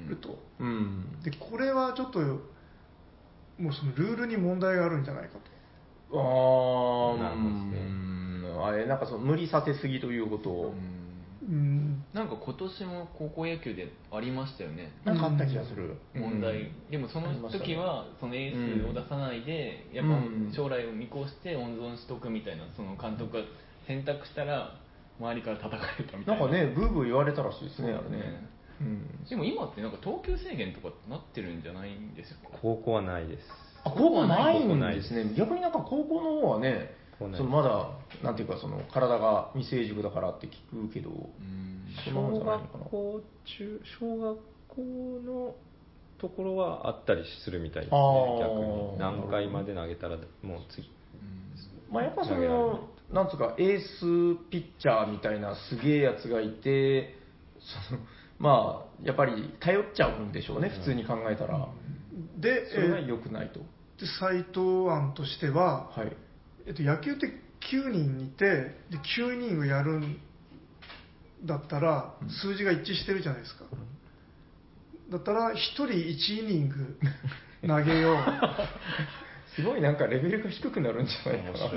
Speaker 4: ると、
Speaker 3: うん。
Speaker 4: でこれはちょっともうそのルールに問題があるんじゃないかと。
Speaker 3: あー
Speaker 1: なるほどですね
Speaker 3: うんあれ、なんかその無理させすぎということ
Speaker 2: う
Speaker 3: を、
Speaker 2: ん
Speaker 4: うん
Speaker 2: なんか今年も高校野球でありましたよね。
Speaker 3: なんかあった気がする。
Speaker 2: 問題、でもその時はそのエースを出さないで、やっぱ
Speaker 3: うん
Speaker 2: 将来を見越して温存しとくみたいなその監督が選択したら周りから叩かれたみた
Speaker 3: ない
Speaker 2: な
Speaker 3: んかね、ブーブー言われたらしいですね、あれね
Speaker 2: ね。
Speaker 3: うん
Speaker 2: でも今ってなんか投球制限とかってなってるんじゃないんですよ
Speaker 1: 高校はないです
Speaker 3: あ、高校ない
Speaker 1: 高校
Speaker 3: ん
Speaker 1: ない
Speaker 3: ですね。逆になんか高校の方はね、
Speaker 1: 高校ない
Speaker 3: そのまだ、なんていうか、その体が未成熟だからって聞くけど、
Speaker 2: うん
Speaker 3: そんなもんじゃないのかな
Speaker 1: 校中小学校のところはあったりするみたいです
Speaker 3: あ
Speaker 1: ね
Speaker 3: ー
Speaker 1: 逆に何回まで投げたらもう 次
Speaker 3: まあ、やっぱそ
Speaker 1: 投げられない
Speaker 3: の、なんつうか、エースピッチャーみたいなすげえやつがいて、そのまあ、やっぱり頼っちゃうんでしょうね、普通に考えたら。
Speaker 4: で、
Speaker 3: それが
Speaker 4: えー
Speaker 3: 良くないと。
Speaker 4: で斉藤案としては、
Speaker 3: はい。
Speaker 4: えっと、野球って9人いてで9人をやるんだったら数字が一致してるじゃないですか、だったら1人1イニング投げよう
Speaker 3: すごいなんかレベルが低くなるんじゃないかな。
Speaker 1: です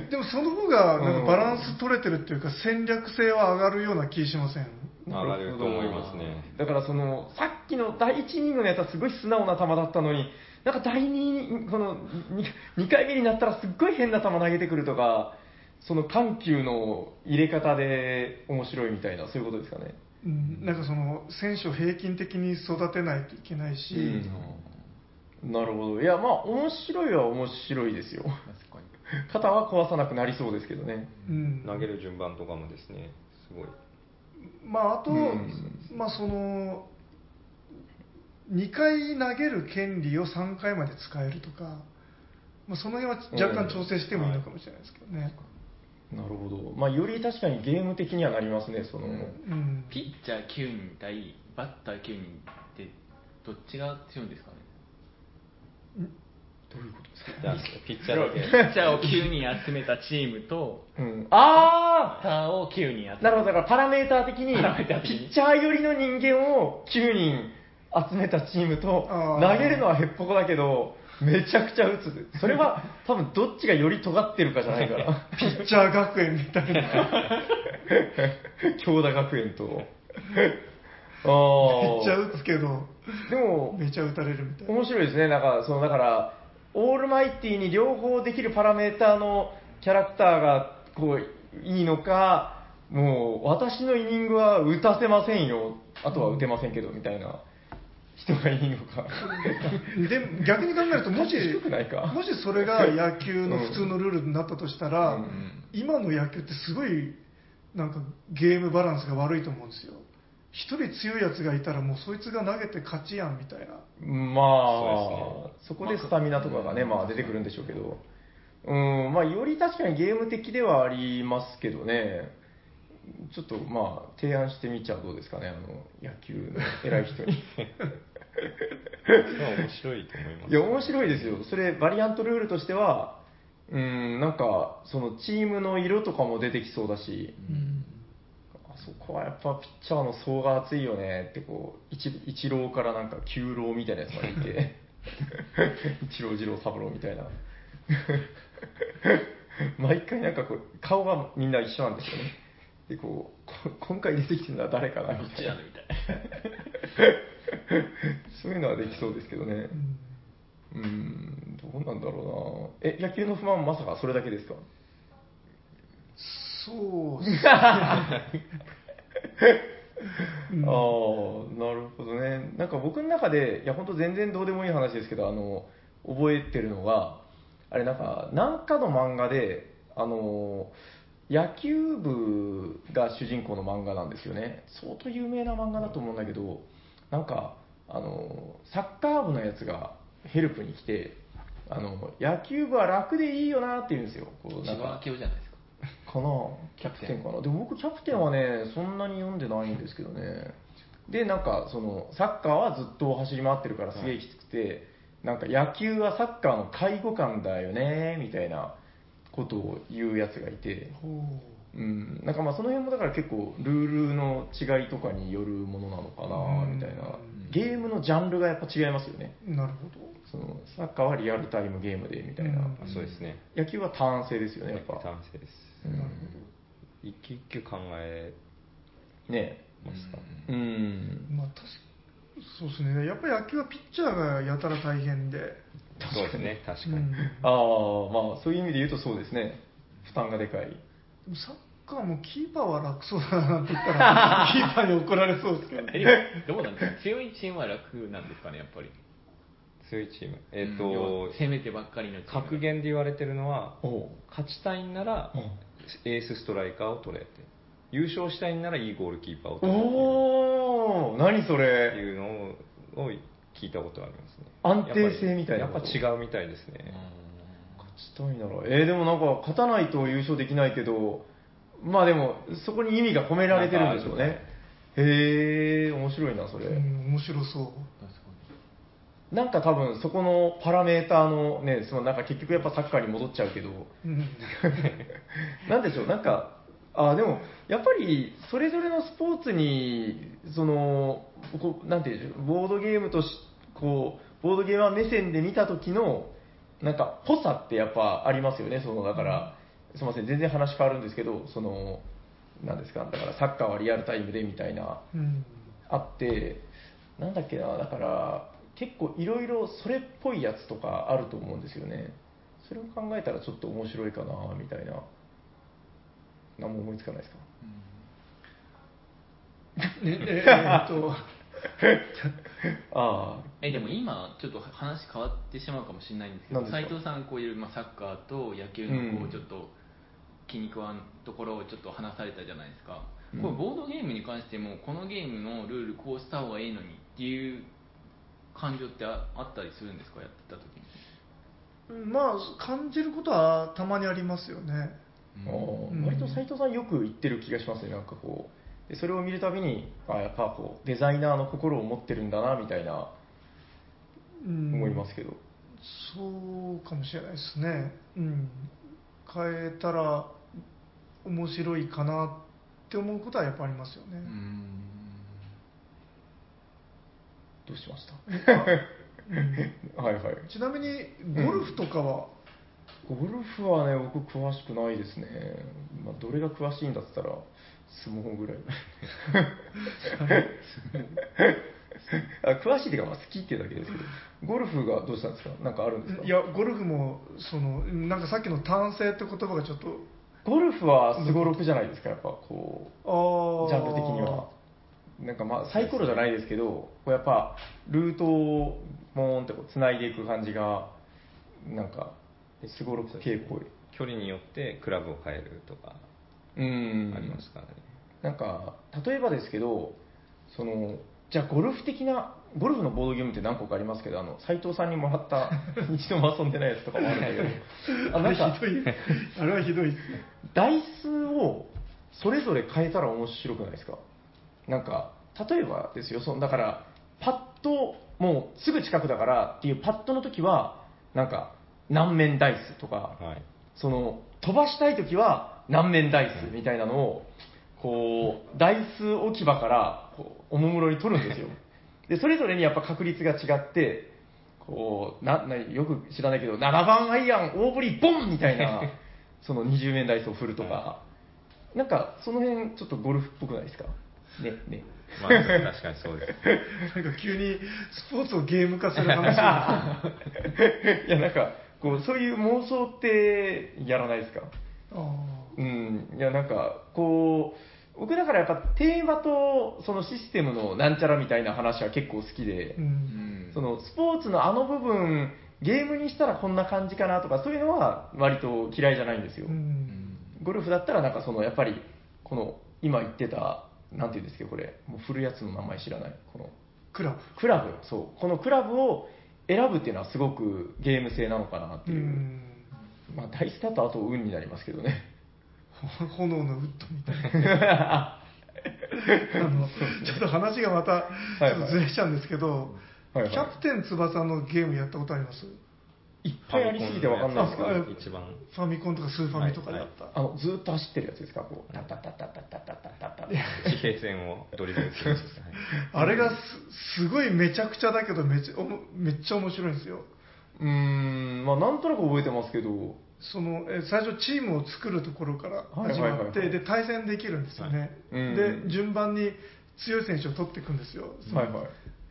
Speaker 1: ね
Speaker 4: でもその方がなんかバランス取れてるっていうか戦略性は上がるような気しません
Speaker 1: 上がると思いますね
Speaker 3: だからその、さっきの第1イニングのやつはすごい素直な球だったのに、なんか第2、この2回目になったらすっごい変な球投げてくるとか、その緩急の入れ方で面白いみたいな、そういうことですかね。
Speaker 4: うんなんかその選手を平均的に育てないといけないし、
Speaker 3: なるほど。いや、まあ、面白いは面白いですよ。
Speaker 2: 確かに
Speaker 3: 肩は壊さなくなりそうですけどね。
Speaker 4: うん
Speaker 1: 投げる順番とかもですねすごい
Speaker 4: まあ、あと、
Speaker 3: うん
Speaker 4: まあ、その2回投げる権利を3回まで使えるとか、まあ、その辺は若干調整してもいいのかもしれないですけどね、
Speaker 3: なるほど。まあ、より確かにゲーム的にはなりますね、その。
Speaker 2: うん
Speaker 4: うん、
Speaker 2: ピッチャー9人対バッター9人ってどっちが強いんですかね
Speaker 1: じゃあピッチャーだけ
Speaker 2: ピッチャーを9人集めたチームと
Speaker 3: うん、
Speaker 2: バ
Speaker 3: あ
Speaker 2: ッターを9人集め
Speaker 3: あ
Speaker 2: た
Speaker 3: なるほど、だからパラメーター的に、
Speaker 2: パラメーター的
Speaker 3: ピ
Speaker 2: に
Speaker 3: ッチャー寄りの人間を9人集めたチームと、
Speaker 4: あー
Speaker 3: 投げるのはへっぽこだけど、めちゃくちゃ打つ。それは多分どっちがより尖ってるかじゃない から。
Speaker 4: ピッチャー学園みたいな、
Speaker 3: 京田学園 と。あ
Speaker 4: めっちゃ
Speaker 3: あ。
Speaker 4: 打つけど、
Speaker 3: でも、
Speaker 4: めちゃ打たれるみたいな、
Speaker 3: 面白いですね、なんか、そのだから、オールマイティに両方できるパラメーターのキャラクターがこういいのか、もう、私のイニングは打たせませんよ、あとは打てませんけどみたいな人がいいのか、
Speaker 4: で逆に考えると、もし
Speaker 3: 低くないか
Speaker 4: もしそれが野球の普通のルールになったとしたら、今の野球ってすごいなんかゲームバランスが悪いと思うんですよ。一人強いやつがいたらもうそいつが投げて勝ちやんみたいな
Speaker 3: まあ
Speaker 1: そうで
Speaker 3: そ,、こでスタミナとかがね、まあ、出てくるんでしょうけど、うんまあ、より確かにゲーム的ではありますけどね、ちょっとまあ提案してみちゃうどうですかね、あの野球の偉い人に。
Speaker 1: それは面白いと思います
Speaker 3: いや、面白いですよ、それ、バリアントルールとしては、うん、なんか、そのチームの色とかも出てきそうだし、あそこはやっぱピッチャーの層が厚いよねってこう一一郎からなんか九郎みたいなやつまでいて 一郎二郎三郎みたいな 毎回なんかこう顔がみんな一緒なんですよねでこうこ今回出てきてるのは誰かなみたいなそういうのはできそうですけどね
Speaker 4: う
Speaker 3: う
Speaker 4: ん
Speaker 3: んどうなんだろうなえ野球の不満まさかそれだけですか
Speaker 4: そうっすね
Speaker 3: ああなるほどねなんか僕の中でいや本当全然どうでもいい話ですけどあの覚えてるのがあれなんかなんかの漫画であの野球部が主人公の漫画なんですよね相当有名な漫画だと思うんだけどなんかあのサッカー部のやつがヘルプに来てあの野球部は楽でいいよなって言うんですよこうな
Speaker 2: 千
Speaker 3: んか
Speaker 2: 葉明夫じゃないですか
Speaker 3: かなキャプテンかなでも僕キャプテンはねそんなに読んでないんですけどねでなんかそのサッカーはずっと走り回ってるからすげえきつくて、なんか野球はサッカーの介護官だよねみたいなことを言うやつがいて
Speaker 4: ほ
Speaker 3: うんなんかまあその辺もだから結構ルールの違いとかによるものなのかなみたいな
Speaker 4: うん
Speaker 3: ゲームのジャンルがやっぱ違いますよね
Speaker 4: うなるほ
Speaker 3: そのサッカーはリアルタイムゲームでみたいな、
Speaker 4: うん
Speaker 1: あそうですね
Speaker 3: 野球はターン制ですよねやっぱ、
Speaker 1: 男性です
Speaker 3: うん
Speaker 4: どなる
Speaker 1: 一球一球考え
Speaker 3: ね
Speaker 1: ますか、ね
Speaker 3: うん
Speaker 4: ほどまあ確かそうですねやっぱり野球はピッチャーがやたら大変で
Speaker 1: そうですね確かに、
Speaker 4: うん
Speaker 3: ああ、まあ、そういう意味で言うとそうですね。負担がでかい。
Speaker 4: でもサッカーもキーパーは楽そうだなって言った らキーパーに怒られそうですけど
Speaker 2: えでもどうなんですか強いチームは楽なんですかねやっぱり
Speaker 1: 強いチームえっ、
Speaker 2: うん要
Speaker 1: と
Speaker 2: は、攻めてばっかりのチーム
Speaker 1: 格言で言われてるのは
Speaker 3: おう
Speaker 1: 勝ちたいんならエースストライカーを取れって優勝したいんならいいゴールキーパーを取れっ
Speaker 3: おお何そ
Speaker 1: て
Speaker 3: れ
Speaker 1: いうのを聞いたことありますね
Speaker 3: 安定性みたいな
Speaker 1: やっぱ
Speaker 3: こと
Speaker 1: りやっぱ違うみたいです
Speaker 2: う
Speaker 1: ね
Speaker 2: ん
Speaker 3: 勝ちたいなら。えー、でもなんか、勝たないと優勝できないけど、まあでも、そこに意味が込められてるんでしょうね。へえ、面白いな、それ。
Speaker 4: うん面白そう
Speaker 2: 確か
Speaker 3: なんか多分、そこのパラメーターのね、そのなんか結局やっぱサッカーに戻っちゃうけど、
Speaker 4: うん
Speaker 3: なんでしょう、なんか、あでも、やっぱりそれぞれのスポーツに、そのこうなんていうんでしょう、ボードゲームとしこう、ボードゲーマー目線で見た時の、なんか、ぽさってやっぱありますよね、そのだから、すみません、全然話変わるんですけど、その、なんですか、だからサッカーはリアルタイムでみたいな。
Speaker 4: うん
Speaker 3: あってなんだっけなだから結構いろいろそれっぽいやつとかあると思うんですよねそれを考えたらちょっと面白いかなみたいな何も思いつかないですか
Speaker 4: えええっと
Speaker 3: ああ
Speaker 2: えでも今ちょっと話変わってしまうかもしれないんですけど
Speaker 3: 何です
Speaker 2: 斉
Speaker 3: か
Speaker 2: 藤さんこういう、まあ、サッカーと野球のこうちょっと気に食わんところをちょっと話されたじゃないですか、
Speaker 3: うん
Speaker 2: これボードゲームに関してもこのゲームのルールこうした方がいいのにっていう感情ってああったりするんですかやってた時に
Speaker 4: まあ感じることはたまにありますよね
Speaker 3: あー
Speaker 4: うん
Speaker 3: 割と斉藤さんよく言ってる気がしますねなんかこうでそれを見るたびにあやっぱこうデザイナーの心を持ってるんだなみたいな
Speaker 4: うん
Speaker 3: 思いますけど、
Speaker 4: そうかもしれないですねうん変えたら面白いかなって思うことはやっぱありますよね、
Speaker 3: どうしました
Speaker 4: うん
Speaker 3: はいはい
Speaker 4: ちなみにゴルフとかは、
Speaker 3: ゴルフはね、僕、詳しくないですね、まあ、どれが詳しいんだったら、相撲ぐらい。 あ詳しいっていうか、まあ、好きっていうだけですけど、ゴルフがどうしたんですか、なんかあるんですか、
Speaker 4: いやゴルフもそのなんかさっきの単性って言葉がちょっと
Speaker 3: ゴルフはすごろくじゃないですか、やっぱこう、ジ
Speaker 4: ああ
Speaker 3: ャンル的には。なんかまあ、サイコロじゃないですけど、こうやっぱ、ルートをもーんってつないでいく感じが、なんか、すごろく系っぽい。
Speaker 1: 距離によってクラブを変えるとか
Speaker 3: うん
Speaker 1: ありますからね、
Speaker 3: なんか、例えばですけど、そのじゃあゴルフ的なゴルフのボードゲームって何個かありますけどあの斉藤さんにもらった 一度も遊んでないやつとかもあるんだけどあ
Speaker 4: あ
Speaker 3: なん
Speaker 4: れひ
Speaker 3: か
Speaker 4: どい。あれはひどいっすね。
Speaker 3: ダイスをそれぞれ変えたら面白くないですかなんか例えばですよそのだからパッともうすぐ近くだからっていうパッとの時はなんか南面ダイスとか
Speaker 1: はい。
Speaker 3: その飛ばしたい時は南面ダイスみたいなのをこうダイス置き場からこうおもむろに取るんです よでそれぞれにやっぱ確率が違ってこうななよく知らないけど7番アイアン大振りボンみたい なその20面ダイスを振るとか、なんかその辺ちょっとゴルフっぽくないですかねね
Speaker 1: まあ、確かにそうです。
Speaker 4: なんか急にスポーツをゲーム化する 話。
Speaker 3: いやなんかこうそういう妄想ってやらないですか
Speaker 4: ああ
Speaker 3: うん、いやなんかこう僕だからやっぱテーマとそのシステムのなんちゃらみたいな話は結構好きで、
Speaker 4: うん。
Speaker 3: そのスポーツのあの部分ゲームにしたらこんな感じかなとかそういうのは割と嫌いじゃないんですよ、
Speaker 4: うん。
Speaker 3: ゴルフだったらなんかそのやっぱりこの今言ってたなんていうんですけどこれもう振るやつの名前知らないこの
Speaker 4: クラ
Speaker 3: クラブそうこのクラブを選ぶっていうのはすごくゲーム性なのかなって
Speaker 4: ブ。う
Speaker 3: いう、
Speaker 4: ん。
Speaker 3: まあ大スだとあと運になりますけど ね
Speaker 4: ほ炎のウッドみたいな。あの、ちょっと話がまた、
Speaker 3: はい
Speaker 4: ちょっとずれちゃうんですけど、
Speaker 3: はいはい
Speaker 4: キャプテン翼のゲームやったことあります
Speaker 3: いっぱいありすぎてわかんないですけど
Speaker 4: あそう
Speaker 1: 一番。
Speaker 4: ファミコンとかスーファミとかであった。
Speaker 3: あのずーっと走ってるやつですかこうタタタタタタタタタタ
Speaker 1: 地平線をドリブルするやつ ですね。
Speaker 4: あれがすすごいめちゃくちゃだけどめちゃおもめっちゃ面白いんですよ
Speaker 3: うーんまあなんとなく覚えてますけど
Speaker 4: そのえー最初チームを作るところから
Speaker 3: はい
Speaker 4: 始まっ
Speaker 3: はいはいは
Speaker 4: て
Speaker 3: い
Speaker 4: で対戦できるんですよね、
Speaker 3: うん
Speaker 4: で順番に強い選手を取っていくんですよ、
Speaker 3: はいはい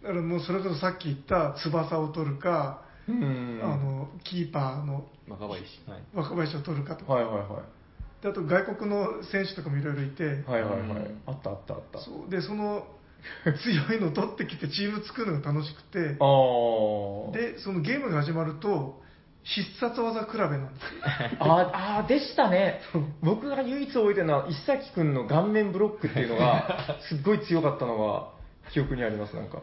Speaker 4: だからもうそれこそさっき言った翼を取るか、
Speaker 3: うーん
Speaker 4: あのキーパーの
Speaker 5: 若林。
Speaker 1: はい。
Speaker 4: 若林を取るかとか、
Speaker 3: はいはいは
Speaker 4: であと外国の選手とかもいろいろいて、
Speaker 3: いはいはいはいあったあったあった
Speaker 4: そうでその強いのを取ってきてチーム作るのが楽しくて
Speaker 3: あー
Speaker 4: でそのゲームが始まると必殺技比べなんですよ
Speaker 3: ああーでしたね僕が唯一覚えてるのは石崎君の顔面ブロックっていうのがすっごい強かったのが記憶にありますなんか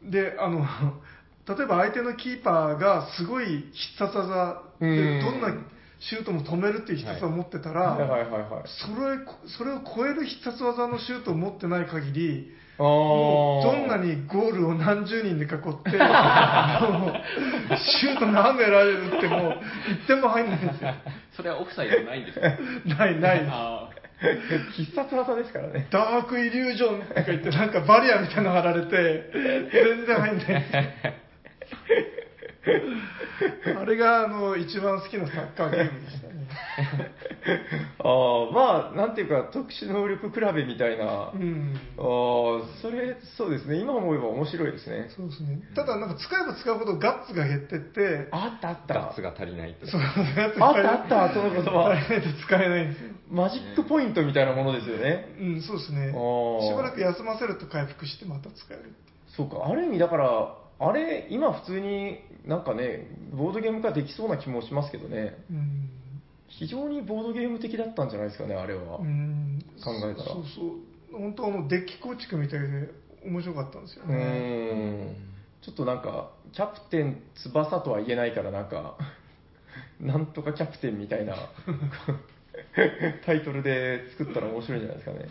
Speaker 4: そうであの 例えば相手のキーパーがすごい必殺技で
Speaker 3: うん
Speaker 4: どんなシュートも止めるっていう必殺技を持ってたら、
Speaker 3: はいはいはいはい
Speaker 4: それそれを超える必殺技のシュートを持ってない限り
Speaker 3: あ
Speaker 4: もうどんな
Speaker 3: に
Speaker 4: にゴールを何十人で囲ってもうシュート何でやられるってもう1点も入んないんですよ
Speaker 2: それはオフサイドないんですか
Speaker 4: ないな い
Speaker 2: ああ
Speaker 3: 必殺技ですからね
Speaker 4: ダークイリュージョンとか言ってなんかバリアみたいなの貼られて全然入んないんですよあれがあの一番好きなサッカーゲームでしたね
Speaker 3: ああまあなんていうか特殊能力比べみたいな、
Speaker 4: うん
Speaker 3: ああそれそうですね今思えば面白いですね
Speaker 4: そうですねただなんか使えば使うほどガッツが減ってって
Speaker 3: あったあった
Speaker 1: ガッツが足りないって。
Speaker 4: そうガッツ
Speaker 3: あ
Speaker 4: が
Speaker 3: ったあったその言
Speaker 4: 足
Speaker 3: 葉
Speaker 4: りないと使えないんですよ
Speaker 3: マジックポイントみたいなものですよね
Speaker 4: うん、そうですね。し
Speaker 3: あー
Speaker 4: ばらく休ませると回復してまた使える。
Speaker 3: そうかある意味だからあれ今普通になんかねボードゲーム化できそうな気もしますけどね
Speaker 4: うん。
Speaker 3: 非常にボードゲーム的だったんじゃないですかねあれは、
Speaker 4: うん
Speaker 3: 考えたら
Speaker 4: そうそう。本当あの、デッキ構築みたいで面白かったんですよ
Speaker 3: う
Speaker 4: ね。
Speaker 3: ーんちょっとなんか、キャプテン翼とは言えないから、なん か、なんとかキャプテンみたいなタイトルで作ったら面白いんじゃないですかね。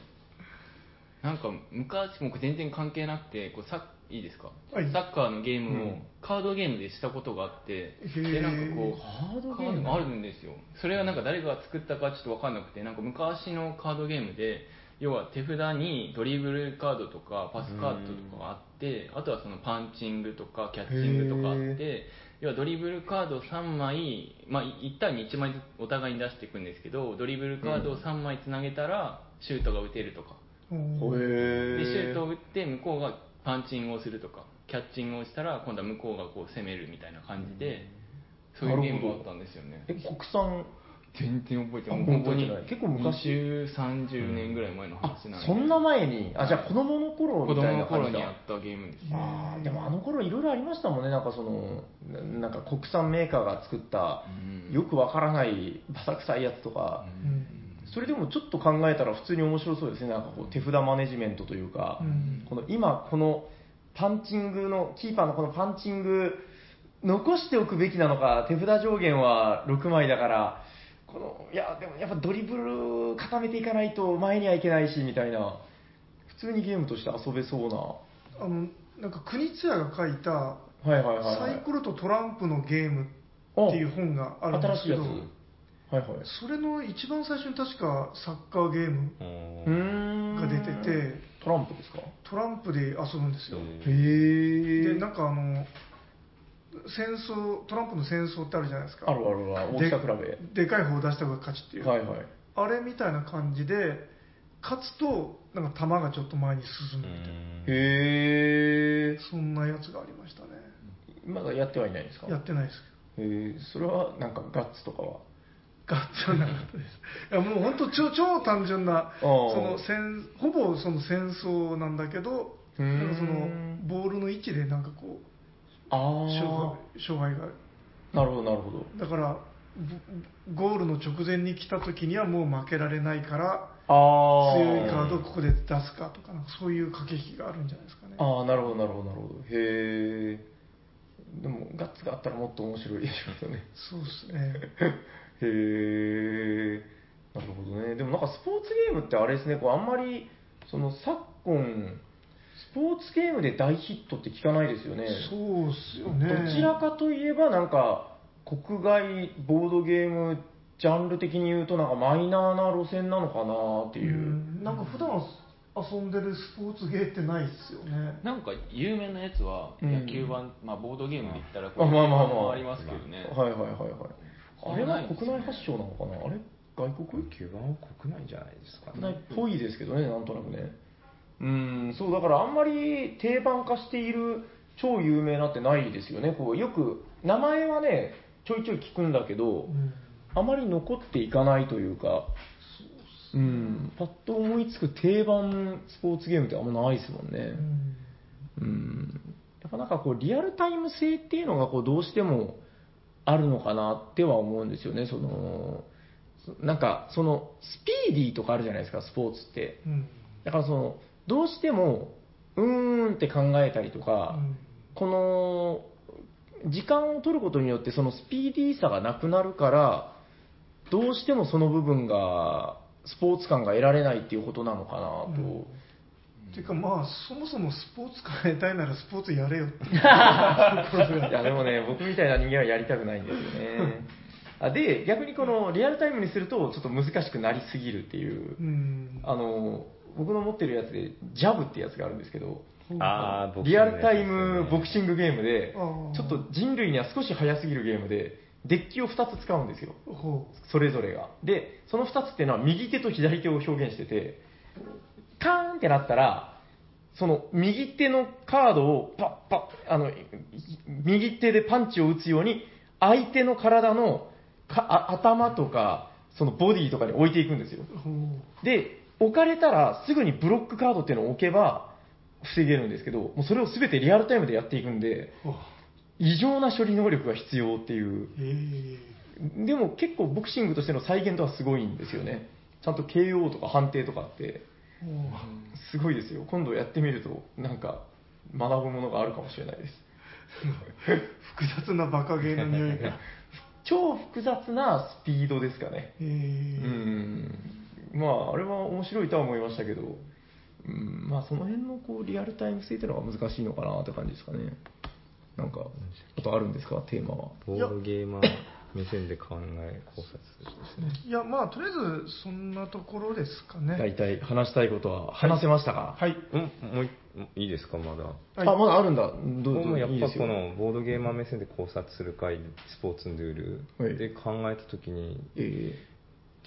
Speaker 2: なんか昔も全然関係なくてこうサッいいですか、
Speaker 4: はい
Speaker 2: サッカーのゲーム
Speaker 3: う
Speaker 2: を
Speaker 3: ん
Speaker 2: カードゲームでしたことがあって、
Speaker 4: ー
Speaker 2: でなんかこう
Speaker 3: ハード
Speaker 2: カ
Speaker 3: ゲー
Speaker 2: ード
Speaker 3: ム
Speaker 2: があるんですよそれはなんか誰が作ったかちょっとわかんなくてなんか昔のカードゲームで要は手札にドリブルカードとかパスカードとかあってあとはそのパンチングとかキャッチングとかあって要はドリブルカード3枚、まあ、1対に1枚ずつお互いに出していくんですけどドリブルカードを3枚つなげたらシュートが打てるとか
Speaker 4: うん
Speaker 3: へ
Speaker 2: でシュートを
Speaker 3: ー
Speaker 2: 打って向こうがパンチングをするとかキャッチングをしたら今度は向こうがこう攻めるみたいな感じでそういうゲームがあったんですよね
Speaker 3: え、国産、
Speaker 2: 全然覚えてない
Speaker 3: あ
Speaker 2: 本当に
Speaker 3: 覚えてない結構昔
Speaker 2: 2030年ぐらい前の
Speaker 3: あ
Speaker 2: 話なんで
Speaker 3: そんな前に、あ、じゃあ子供の頃
Speaker 2: 子
Speaker 3: み
Speaker 2: 供
Speaker 3: たい
Speaker 2: の
Speaker 3: な感
Speaker 2: 頃
Speaker 3: じ
Speaker 2: に
Speaker 3: だ。
Speaker 2: やったゲームです
Speaker 3: あーでもあの頃いろいろありましたもんね、なんかその、ななんか国産メーカーが作った、
Speaker 2: うん
Speaker 3: よくわからないバサ臭いやつとか、
Speaker 4: うん
Speaker 3: それでもちょっと考えたら普通に面白そうですね、なんかこう手札マネジメントというか、
Speaker 4: うん
Speaker 3: この今、このパンチングの、キーパーのこのパンチング、残しておくべきなのか、手札上限は6枚だから、このいや、でもやっぱドリブル固めていかないと前にはいけないしみたいな、普通にゲームとして遊べそうな、
Speaker 4: あのなんか国津屋が書いた
Speaker 3: はいはいはい、は
Speaker 4: サ
Speaker 3: い、
Speaker 4: イコロとトランプのゲームっていう本があるんで
Speaker 3: 新
Speaker 4: す
Speaker 3: しい
Speaker 4: け
Speaker 3: やつ、
Speaker 4: ど、
Speaker 3: はいはい、
Speaker 4: それの一番最初に確かサッカーゲーム
Speaker 1: う
Speaker 3: うー
Speaker 1: ん
Speaker 3: ん
Speaker 4: が出てて、
Speaker 3: トランプですか
Speaker 4: トランプで遊ぶんですよ。
Speaker 3: へ
Speaker 4: で、なんかあの、戦争、トランプの戦争ってあるじゃないですか。
Speaker 3: あるあるある、大きさ比べ。
Speaker 4: でかい方を出した方が勝ちっていう。
Speaker 3: はいはい。
Speaker 4: あれみたいな感じで、勝つと、なんか球がちょっと前に進むみたいな。
Speaker 3: へえ。
Speaker 4: そんなやつがありましたね。
Speaker 3: まだやってはいないんですか
Speaker 4: やってないですけど。
Speaker 3: へえ。それはなんかガッツとかは。
Speaker 4: ガッツはなかったです。いやもう本当超超単純な、そ
Speaker 3: ー
Speaker 4: の戦ほぼその戦争なんだけど、
Speaker 3: うーん
Speaker 4: なんかそのボールの位置でなんかこう
Speaker 3: あ
Speaker 4: 障害障害がある。
Speaker 3: あ。なるほどなるほど。
Speaker 4: だからぼゴールの直前に来た時にはもう負けられないから
Speaker 3: ああ。
Speaker 4: 強いカードをここで出すかとかなんかそういう駆け引きがあるんじゃないですかね。
Speaker 3: ああ、なるほどなるほどなるほど。へえ。でもガッツがあったらもっと面白いでしょうね。
Speaker 4: そうですね。
Speaker 3: へえ、なるほどね。でもなんかスポーツゲームってあれですね、こうあんまり、その昨今、スポーツゲームで大ヒットって聞かないですよね。
Speaker 4: そうっすよね。
Speaker 3: どちらかといえばなんか、国外ボードゲームジャンル的に言うとなんかマイナーな路線なのかなって
Speaker 4: て
Speaker 3: いう。
Speaker 4: なんか普段遊んでるスポーツゲーってないっすよね。
Speaker 2: なんか有名なやつは
Speaker 3: うん
Speaker 2: 野球版、まあボードゲームで言ったら
Speaker 3: あまあまあまあ
Speaker 2: ありますけどね、
Speaker 3: はいはいはいはい。あれは国内発祥なのかなあれ外国
Speaker 1: 9番は国内じゃないですか
Speaker 3: ないっぽいですけどね、なんとなくね。うん、そう、だからあんまり定番化している超有名なってないですよね。こうよく、名前はね、ちょいちょい聞くんだけど、
Speaker 4: うん
Speaker 3: あまり残っていかないというか、うん、パッと思いつく定番スポーツゲームってあんまないですもんね。うん。やっぱなんかこう、リアルタイム性っていうのがこう、どうしてもあるのかなっては思うんですよね。その、そなんか、その、スピーディーとかあるじゃないですか、スポーツって。
Speaker 4: うん
Speaker 3: だからその、どうしても、うーんって考えたりとか、この、時間を取ることによってそのスピーディーさがなくなるから、どうしてもその部分が、スポーツ感が得られないっていうことなのかなと。
Speaker 4: うんていうかまあそもそもスポーツ変えたいならスポーツやれよっていう
Speaker 3: いやでもね、僕みたいな人間はやりたくないんですよね。あで、逆にこのリアルタイムにすると、ちょっと難しくなりすぎるっていう
Speaker 4: う、ん
Speaker 3: あの、僕の持ってるやつで、ジャブってやつがあるんですけど、
Speaker 1: あーボクシングの
Speaker 3: リア
Speaker 1: やつ
Speaker 3: ルタイムボクシングゲームで
Speaker 4: あ、ー
Speaker 3: ちょっと人類には少し早すぎるゲームで、デッキを2つ使うんですよ。
Speaker 4: ほ
Speaker 3: それぞれが。で、その2つっていうのは右手と左手を表現してて、カーンってなったら、その右手のカードをパッパッ、あの、い右手でパンチを打つように、相手の体のかあ頭とか、そのボディとかに置いていくんですよ。
Speaker 4: うほう
Speaker 3: で、置かれたらすぐにブロックカードっていうのを置けば防げるんですけど、もうそれを全てリアルタイムでやっていくんで、
Speaker 4: ほう
Speaker 3: 異常な処理能力が必要っていう。
Speaker 4: ええ
Speaker 3: でも結構ボクシングとしての再現度はすごいんですよね。ちゃんと KO とか判定とかあって、
Speaker 4: ほう
Speaker 3: すごいですよ。今度やってみると、なんか、学ぶものがあるかもしれないです。
Speaker 4: 複雑なバカゲーの匂い が
Speaker 3: 超複雑なスピードですかね。
Speaker 4: ええ
Speaker 3: うん。まあ、あれは面白いとは思いましたけど、うん、まあ、その辺のこう、リアルタイム性っていうのが難しいのかなって感じですかね。なんか、あとあるんですか、テーマは。
Speaker 1: ボードゲーマー目線で考え考察するですね
Speaker 4: いやまあとりあえずそんなところですかね
Speaker 3: 大体話したいことは話せましたか、
Speaker 4: はい
Speaker 1: うんもういいいですかまだ
Speaker 4: はい
Speaker 3: あ、まだあるんだ。どう
Speaker 1: 僕
Speaker 3: ぞ
Speaker 1: もやっ
Speaker 3: いい
Speaker 1: ぱ
Speaker 3: ですよ
Speaker 1: このボードゲーマー目線で考察する会スポーツのルー
Speaker 3: はい
Speaker 1: ルで考えた時に
Speaker 3: え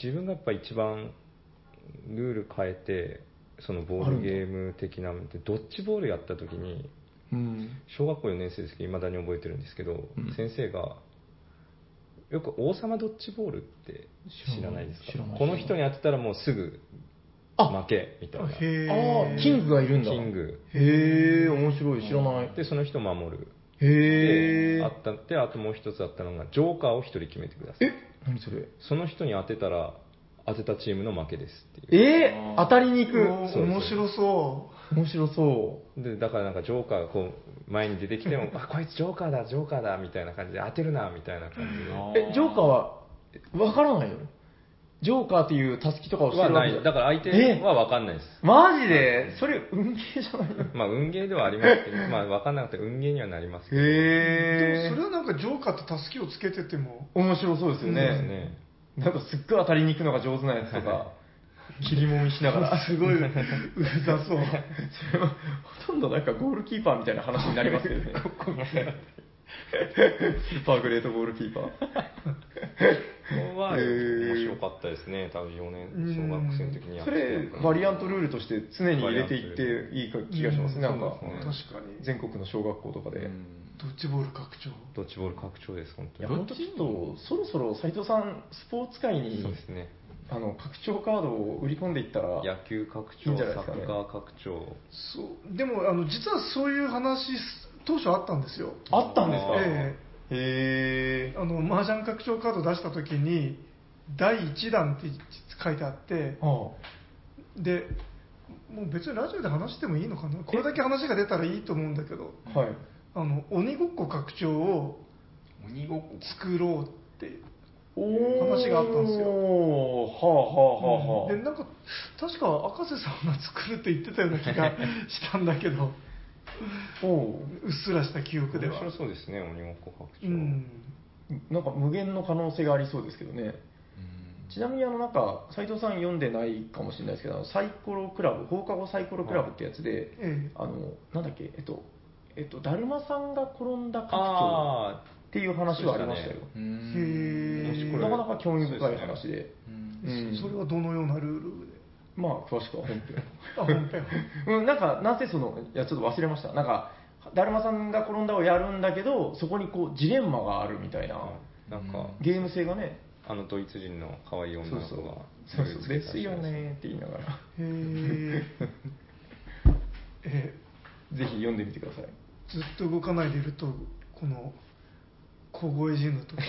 Speaker 1: 自分がやっぱ一番ルール変えてそのボードゲーム的なのでドッジボールやった時に
Speaker 3: えうん。
Speaker 1: 小学校4年生ですけどいまだに覚えてるんですけど、
Speaker 3: うん
Speaker 1: 先生がよく王様ドッジボールって知らないですか
Speaker 3: 知らない
Speaker 1: この人に当てたらもうすぐ
Speaker 3: あ
Speaker 1: 負けみたいな
Speaker 4: へえ
Speaker 3: ああ、キングがいるんだ。
Speaker 1: キン。グ
Speaker 3: へえ、面白い、知らない。
Speaker 1: でその人を守る
Speaker 3: へ
Speaker 1: で
Speaker 3: え。
Speaker 1: あったであともう一つあったのがジョーカーを一人決めてください
Speaker 3: え、何それ。
Speaker 1: その人に当てたら当てたチームの負けですっていう。
Speaker 3: えー、当たりに行く。
Speaker 4: お面白そ
Speaker 3: 面白そう。
Speaker 1: で、だからなんかジョーカーがこう、前に出てきても、あ、こいつジョーカーだ、ジョーカーだ、みたいな感じで当てるな、みたいな感じで。
Speaker 3: え、ジョーカーは、わからないのジョーカーというたすきとかをして
Speaker 1: は
Speaker 3: るわ
Speaker 1: な
Speaker 3: けじゃ
Speaker 1: い。だから相手は分かんないです。
Speaker 3: マジでそれ、運ゲーじゃないの
Speaker 1: まあ、運ゲーではありますけど、まあ、分かんなくて運ゲーにはなりますけど。
Speaker 4: う。で
Speaker 3: へ
Speaker 4: もそれはなんかジョーカーとたすきをつけてても、
Speaker 3: 面白そうですよ
Speaker 1: そうです
Speaker 3: ね。
Speaker 1: ね。
Speaker 3: なんかすっごい当たりに行くのが上手なやつとか、切りもみしながら。
Speaker 4: すご い、うざそう。
Speaker 3: それはほとんどなんかゴールキーパーみたいな話になりますよね。スーパーグレートゴールキーパー。
Speaker 1: ここは
Speaker 3: へー
Speaker 1: 面白かったですね。多分4年、小学生の時にやっ
Speaker 3: そ
Speaker 1: て
Speaker 3: れ、
Speaker 1: たから
Speaker 3: バリアントルールとして常に入れていっていいか気がしますね。なんか、
Speaker 4: 確かに。
Speaker 3: 全国の小学校とかで。
Speaker 4: ドッジボール拡張。
Speaker 1: ドッジボール拡張です、本
Speaker 3: い
Speaker 1: 当
Speaker 3: や、
Speaker 1: に。
Speaker 3: 本当ちょっと、そろそろ斉藤さん、スポーツ界に
Speaker 1: そうですね。
Speaker 3: あの拡張カードを売り込んでいったら、
Speaker 1: 野球拡
Speaker 3: いい
Speaker 1: 張、
Speaker 3: んじゃない
Speaker 1: サ
Speaker 3: ですかね
Speaker 1: ッカー拡張。
Speaker 4: そうでもあの実はそういう話当初あったんですよ、
Speaker 3: あったんですか、
Speaker 4: え
Speaker 3: へ
Speaker 4: えあの麻雀拡張カード出した時に第1弾って書いてあって
Speaker 3: ーあ
Speaker 4: でもう別にラジオで話してもいいのかなこれだけ話が出たらいいと思うんだけど
Speaker 3: あはい。
Speaker 4: あの鬼ごっこ拡張を
Speaker 5: 鬼ごっこ
Speaker 4: 作ろうって
Speaker 3: おー
Speaker 4: 話があったんですよ
Speaker 3: はあはあはあはあ。
Speaker 4: でなんか確か赤瀬さんが作るって言ってたような気がしたんだけど
Speaker 3: お
Speaker 4: うっすらした記憶で
Speaker 1: 面
Speaker 4: は
Speaker 1: 白そうですね、鬼ごっこ拡張。
Speaker 4: うん
Speaker 3: ーなんか無限の可能性がありそうですけどね。ちなみにあのなんか斉藤さん読んでないかもしれないですけどあのサイコロクラブ放課後サイコロクラブってやつで、
Speaker 4: え
Speaker 3: あのなんだっけえっとえっとだるまさんが転んだ拡張
Speaker 1: あ
Speaker 3: っていう話はありましたよ、
Speaker 5: う
Speaker 4: え
Speaker 5: ん
Speaker 4: へ
Speaker 1: もしこれ
Speaker 4: え
Speaker 3: なかなか興味深い話で
Speaker 5: うん
Speaker 3: うん
Speaker 4: それはどのようなルールで
Speaker 3: まあ詳しくは本
Speaker 4: あ本編
Speaker 3: 編 うんなんかなぜそのいやちょっと忘れましたなんかだるまさんが転んだをやるんだけどそこにこうジレンマがあるみたいな、
Speaker 1: あ、なんか、
Speaker 3: ゲーム性がね
Speaker 1: あのドイツ人の可愛い女
Speaker 3: そう
Speaker 1: の
Speaker 3: そ
Speaker 1: 子
Speaker 3: う
Speaker 1: が。
Speaker 3: そうそうですよ。ねって言いな がら
Speaker 4: へええ
Speaker 3: ぜひ読んでみてく ださい
Speaker 4: ずっと動かないでいるとこの小声ジムとか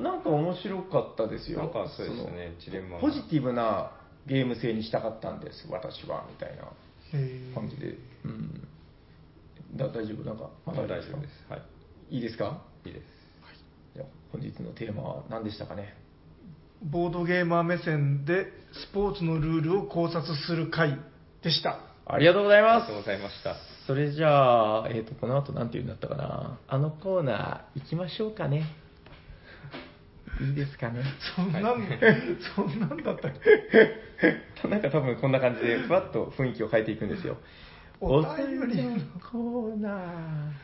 Speaker 3: なんか面白かったですよ。
Speaker 1: なんかそうですね
Speaker 3: その
Speaker 1: ジレンマが
Speaker 3: ポジティブなゲーム性にしたかったんです、私は、みたいな
Speaker 4: へえ
Speaker 3: 感じで。うん。だ大丈夫なんか、
Speaker 1: ま
Speaker 3: ま
Speaker 1: だ
Speaker 3: た
Speaker 1: 大丈夫です。はい。
Speaker 3: いいですか
Speaker 1: いいです。
Speaker 3: じゃあ本日のテーマは何でしたかね
Speaker 4: ボードゲーマー目線でスポーツのルールを考察する会でした
Speaker 3: ありがとうござい
Speaker 1: あり
Speaker 3: ま
Speaker 1: が
Speaker 3: す
Speaker 1: とうございました。
Speaker 3: それじゃあ、えっ、と、この後なんて言うんだったかな。あのコーナー行きましょう かね。いいですかね。
Speaker 4: そんなん、そんなんだったっ け
Speaker 3: なんか多分こんな感じで、ふわっと雰囲気を変えていくんですよ。
Speaker 4: お便りの
Speaker 3: コーナー。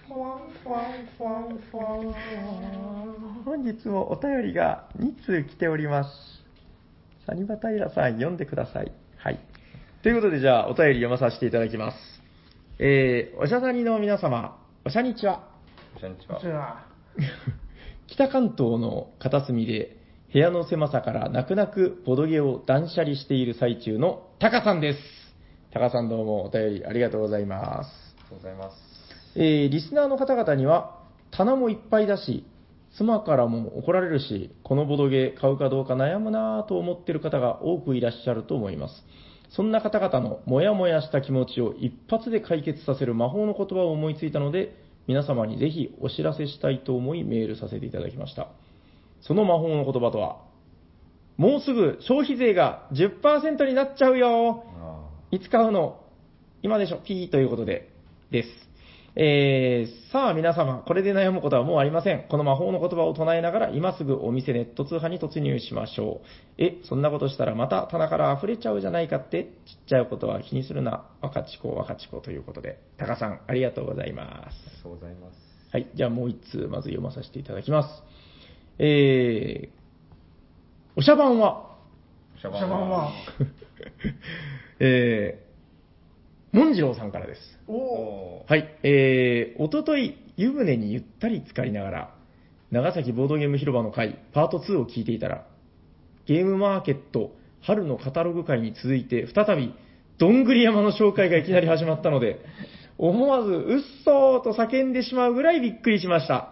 Speaker 4: フワンフワンフワンフワン
Speaker 3: 本日もお便りが2通来ております。サニバタイラさん、読んでください。はい。ということで、じゃあ、お便り読まさせていただきます。えー、おしゃさにの皆様、おしゃにちは。
Speaker 1: こんにちは
Speaker 4: じ。ゃあ
Speaker 3: 北関東の片隅で、部屋の狭さから泣く泣くボドゲを断捨離している最中のタカさんです。タカさんどうもお便りありがとうございます。
Speaker 1: ありがとうございます。
Speaker 3: えーリスナーの方々には、棚もいっぱいだし、妻からも怒られるし、このボドゲ買うかどうか悩むなぁと思っている方が多くいらっしゃると思います。そんな方々のモヤモヤした気持ちを一発で解決させる魔法の言葉を思いついたので、皆様にぜひお知らせしたいと思いメールさせていただきました。その魔法の言葉とは、もうすぐ消費税が10%になっちゃうよ
Speaker 1: あ
Speaker 3: いつ買うの今でしょピーということで、です。えー、さあ皆様、これで悩むことはもうありません。この魔法の言葉を唱えながら、今すぐお店ネット通販に突入しましょう。え、そんなことしたらまた棚から溢れちゃうじゃないかって、ちっちゃいことは気にするな。若ち子、若ち子ということで、タカさん、ありがとうございます
Speaker 1: り。がとうございます。
Speaker 3: はい、じゃあもう一通、まず読まさせていただきます。えー、おしゃばんは、
Speaker 1: シャ
Speaker 4: おしゃばんは
Speaker 3: えー、もんじろうさんからです。
Speaker 1: おー
Speaker 3: はい、えー、おととい、湯船にゆったり浸かりながら、長崎ボードゲーム広場の会、パート2を聞いていたら、ゲームマーケット、春のカタログ会に続いて、再び、どんぐり山の紹介がいきなり始まったので、思わず、うっそーと叫んでしまうぐらいびっくりしました。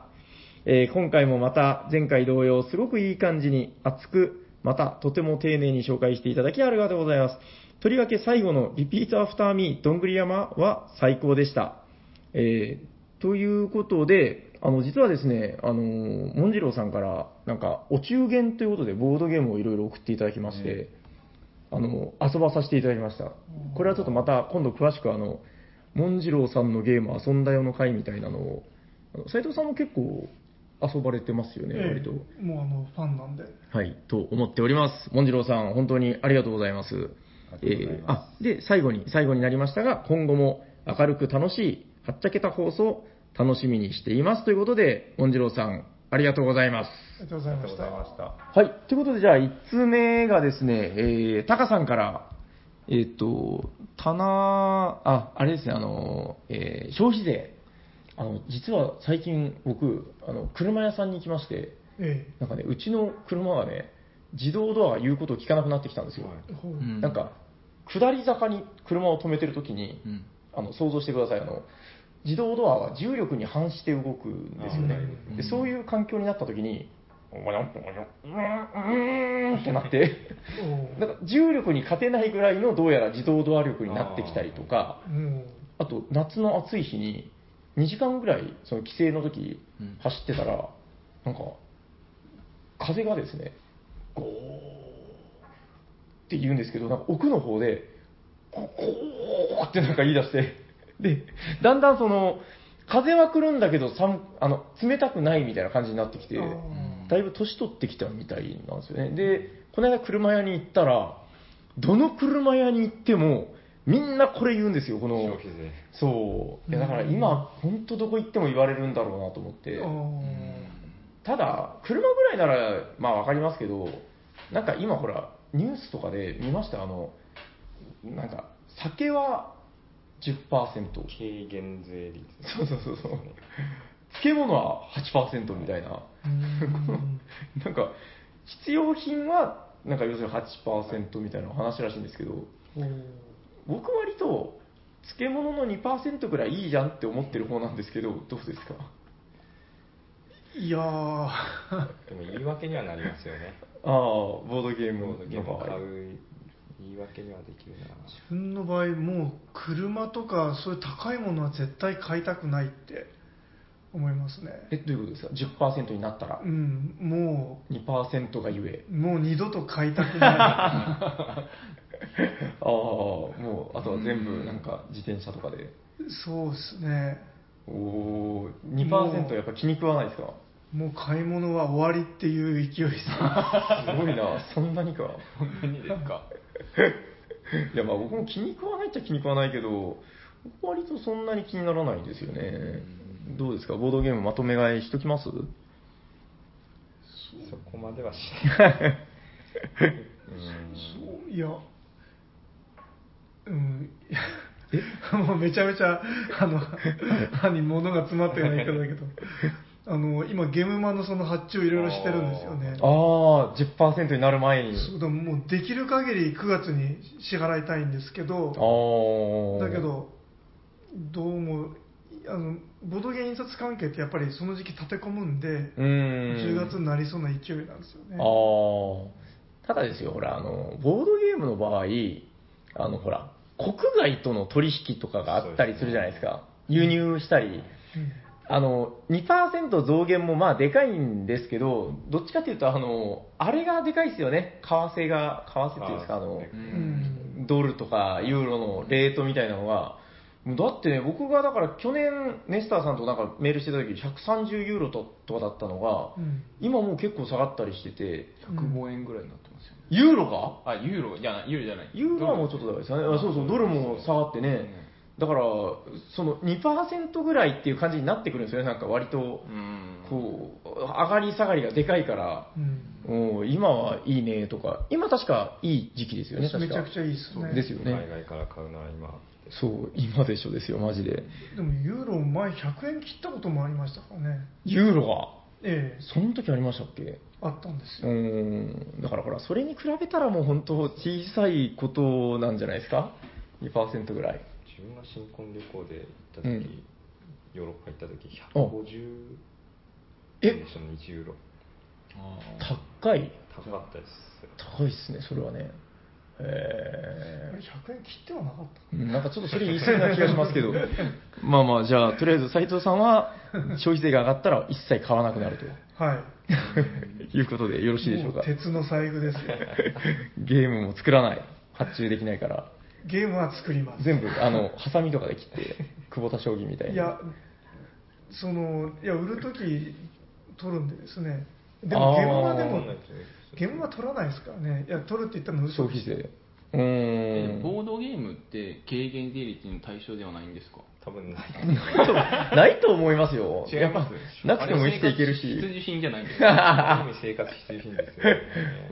Speaker 3: えー今回もまた前回同様すごくいい感じに熱くまた、とても丁寧に紹介していただきありがとうございます。とりわけ最後のリピートアフターミー、どんぐり山は最高でした。えーということで、あの、実はですね、あの、モンジローさんから、なんか、お中元ということで、ボードゲームをいろいろ送っていただきまして、あの、遊ばさせていただきました。これはちょっとまた、今度詳しく、あの、モンジローさんのゲーム遊んだよの会みたいなのを、斎藤さんも結構遊ばれてますよね、
Speaker 4: ええ
Speaker 3: 割と。
Speaker 4: もうあのファンなんで
Speaker 3: はい、と思っております。もんじろうさん、本当にありがとうございます。
Speaker 1: ありがとうございま
Speaker 3: えーあで、最後に、最後になりましたが、今後も明るく楽しい、はっちゃけた放送、楽しみにしていますということで、もんじろうさん、ありがとうございます。
Speaker 4: ありがとうございま
Speaker 1: りがとう
Speaker 4: し
Speaker 1: ございま
Speaker 4: た
Speaker 1: した。
Speaker 3: はい、ということで、じゃあ、1つ目がですね、えー、タカさんから、えーっ、と、棚、あ、あれですね、あの、えー消費税。あの、実は最近僕、あの、車屋さんに行きまして、
Speaker 4: え
Speaker 3: なんかね、うちの車がね、自動ドアが言うことを聞かなくなってきたんですよ。
Speaker 4: えほう
Speaker 2: うん
Speaker 3: なんか、下り坂に車を止めてるときに、
Speaker 2: うん
Speaker 3: あの想像してくださいあの、自動ドアは重力に反して動くんですよね
Speaker 2: う。ん
Speaker 3: でそういう環境になったときに、お前なんかうーんうーんってなって、
Speaker 4: お
Speaker 3: な
Speaker 4: う
Speaker 3: んか重力に勝てないぐらいのどうやら自動ドア力になってきたりとか、
Speaker 4: も
Speaker 3: あと夏の暑い日に2時間ぐらいその帰省の時
Speaker 2: うん
Speaker 3: 走ってたら、なんか風がですねゴーって言うんですけどなんか奥の方でゴーってなんか言い出してでだんだんその風は来るんだけど寒あの冷たくないみたいな感じになってきて
Speaker 4: うあ
Speaker 3: だいぶ年取ってきたみたいなんですよね。で、この間車屋に行ったら、どの車屋に行っても、みんなこれ言うんですよ、こ
Speaker 1: 消
Speaker 3: の。
Speaker 1: 費税。
Speaker 3: そう。いやだから今、本当どこ行っても言われるんだろうなと思って
Speaker 4: ー。
Speaker 3: ただ、車ぐらいなら、まあわかりますけど、なんか今ほら、ニュースとかで見ました、あの、なんか、酒は10%。
Speaker 1: 軽減税率。
Speaker 3: そうそうそうそう。漬物は8%みたいな。
Speaker 4: うーん
Speaker 3: なんか、必要品は、なんか要するに8%みたいな話らしいんですけど、
Speaker 4: ほう
Speaker 3: 僕割と、漬物の2%くらいいいじゃんって思ってる方なんですけど、どうですか
Speaker 4: いやー
Speaker 1: でも言い訳にはなりますよね。
Speaker 3: ああ、ボードゲー
Speaker 1: ボ
Speaker 3: ム
Speaker 1: ードゲーム
Speaker 3: の
Speaker 1: を
Speaker 3: 場
Speaker 1: 買
Speaker 3: 合。
Speaker 1: う言い訳にはできるな。
Speaker 4: 自分の場合もう車とかそういう高いものは絶対買いたくないって思いますね
Speaker 3: え、どういうことですか ?10% になったら
Speaker 4: う、んも
Speaker 3: 2%がゆえ。
Speaker 4: うもう二度と買いたくない
Speaker 3: ああ、もう、あとは全部なんか自転車とかで。
Speaker 4: そうですね
Speaker 3: おお2%やっぱ気に食わないですか
Speaker 4: もう買い物は終わりっていう勢いです
Speaker 3: すごいな、 そんなにか。
Speaker 2: 何ですか
Speaker 3: いやまあ僕も気に食わないっちゃ気に食わないけど僕割とそんなに気にならないんですよねどうですかボードゲームまとめ買いしとき ます
Speaker 1: そこまではしない。
Speaker 4: そういやうんいや もうめちゃめちゃあの歯に物が詰まったような言い方だけどあの今ゲームマンのその発注をいろいろしてるんですよね
Speaker 3: ああ10%になる前に
Speaker 4: そうだもうできる限り9月に支払いたいんですけど
Speaker 3: ああ
Speaker 4: だけど、どうもあの、ボードゲーム印刷関係ってやっぱりその時期立て込むんで、
Speaker 3: うーん
Speaker 4: 10月になりそうな勢いなんですよね。
Speaker 3: ああただですよほらあのボードゲームの場合あのほら国外との取引とかがあったりするじゃないですか輸入したりあの2%増減もまあでかいんですけど、どっちかというと、あのあれがでかいですよね、為替が、為替っていうんですか、あの
Speaker 4: う
Speaker 1: うん
Speaker 4: ん
Speaker 3: ドルとかユーロのレートみたいなのが、だってね、僕がだから去年、ネスターさんとなんかメールしてた時130ユーロととかだったのが、
Speaker 4: うん
Speaker 3: 今もう結構下がったりしてて、
Speaker 2: 105円ぐらいになってますよね
Speaker 3: ユーロが
Speaker 2: あユーロじゃないユーロじゃない
Speaker 3: ユーロはもうちょっとだけですよね、あそうそう、ドルも下がってね、だから、その2%ぐらいっていう感じになってくるんですよね、なんか割と。
Speaker 2: うん
Speaker 3: こう、上がり下がりがでかいから、
Speaker 4: うん
Speaker 3: うん、今はいいねとか、今確かいい時期ですよね、確
Speaker 4: め
Speaker 3: か。
Speaker 4: ちゃくちゃいいですね。
Speaker 3: ですよ
Speaker 1: 海
Speaker 3: ね。
Speaker 1: 外から買うなら今。
Speaker 3: そう、今でしょですよ、マジで。
Speaker 4: でもユーロ前100円切ったこともありましたからね。
Speaker 3: ユーロが、
Speaker 4: ええ
Speaker 3: その時ありましたっけ
Speaker 4: あったんです
Speaker 3: う
Speaker 4: よ。
Speaker 3: ん、だからほら、それに比べたらもう本当小さいことなんじゃないですか ?2% ぐらい。
Speaker 1: 自分が新婚旅行で行った時、
Speaker 3: うん
Speaker 1: ヨーロッパ行った時
Speaker 3: お
Speaker 1: 150
Speaker 3: え
Speaker 1: でしたね1ユーロ
Speaker 3: 高い
Speaker 1: 高かったです
Speaker 3: 高いですねそれはねえ
Speaker 4: 100円切ってはなかった
Speaker 3: ーうんなんかちょっとそれ言い過ぎな気がしますけどまあまあじゃあとりあえず斉藤さんは消費税が上がったら一切買わなくなると
Speaker 4: はい。
Speaker 3: いうことでよろしいでしょう
Speaker 4: も
Speaker 3: か
Speaker 4: う鉄の財布ですよ。
Speaker 3: ゲームも作らない発注できないから
Speaker 4: ゲームは作ります。
Speaker 3: 全部あのハサミとかで切って久保田将棋みたいに
Speaker 4: いや、その、いや、売るとき取るんでですね。で
Speaker 3: あ
Speaker 4: も
Speaker 3: ー
Speaker 4: ゲームはでも
Speaker 3: わかんない、
Speaker 4: ゲームは取らないですからね。いや、取るって言ったの
Speaker 3: 消
Speaker 4: 嘘
Speaker 3: 費税うーん
Speaker 2: ボードゲームって軽減税率の対象ではないんですか
Speaker 1: 多分ない
Speaker 3: ないとないと思いますよ。
Speaker 1: 違います
Speaker 3: やっぱなくても生きていけるし。
Speaker 2: 必需品じゃないんです
Speaker 1: ある意味生活必需品ですよね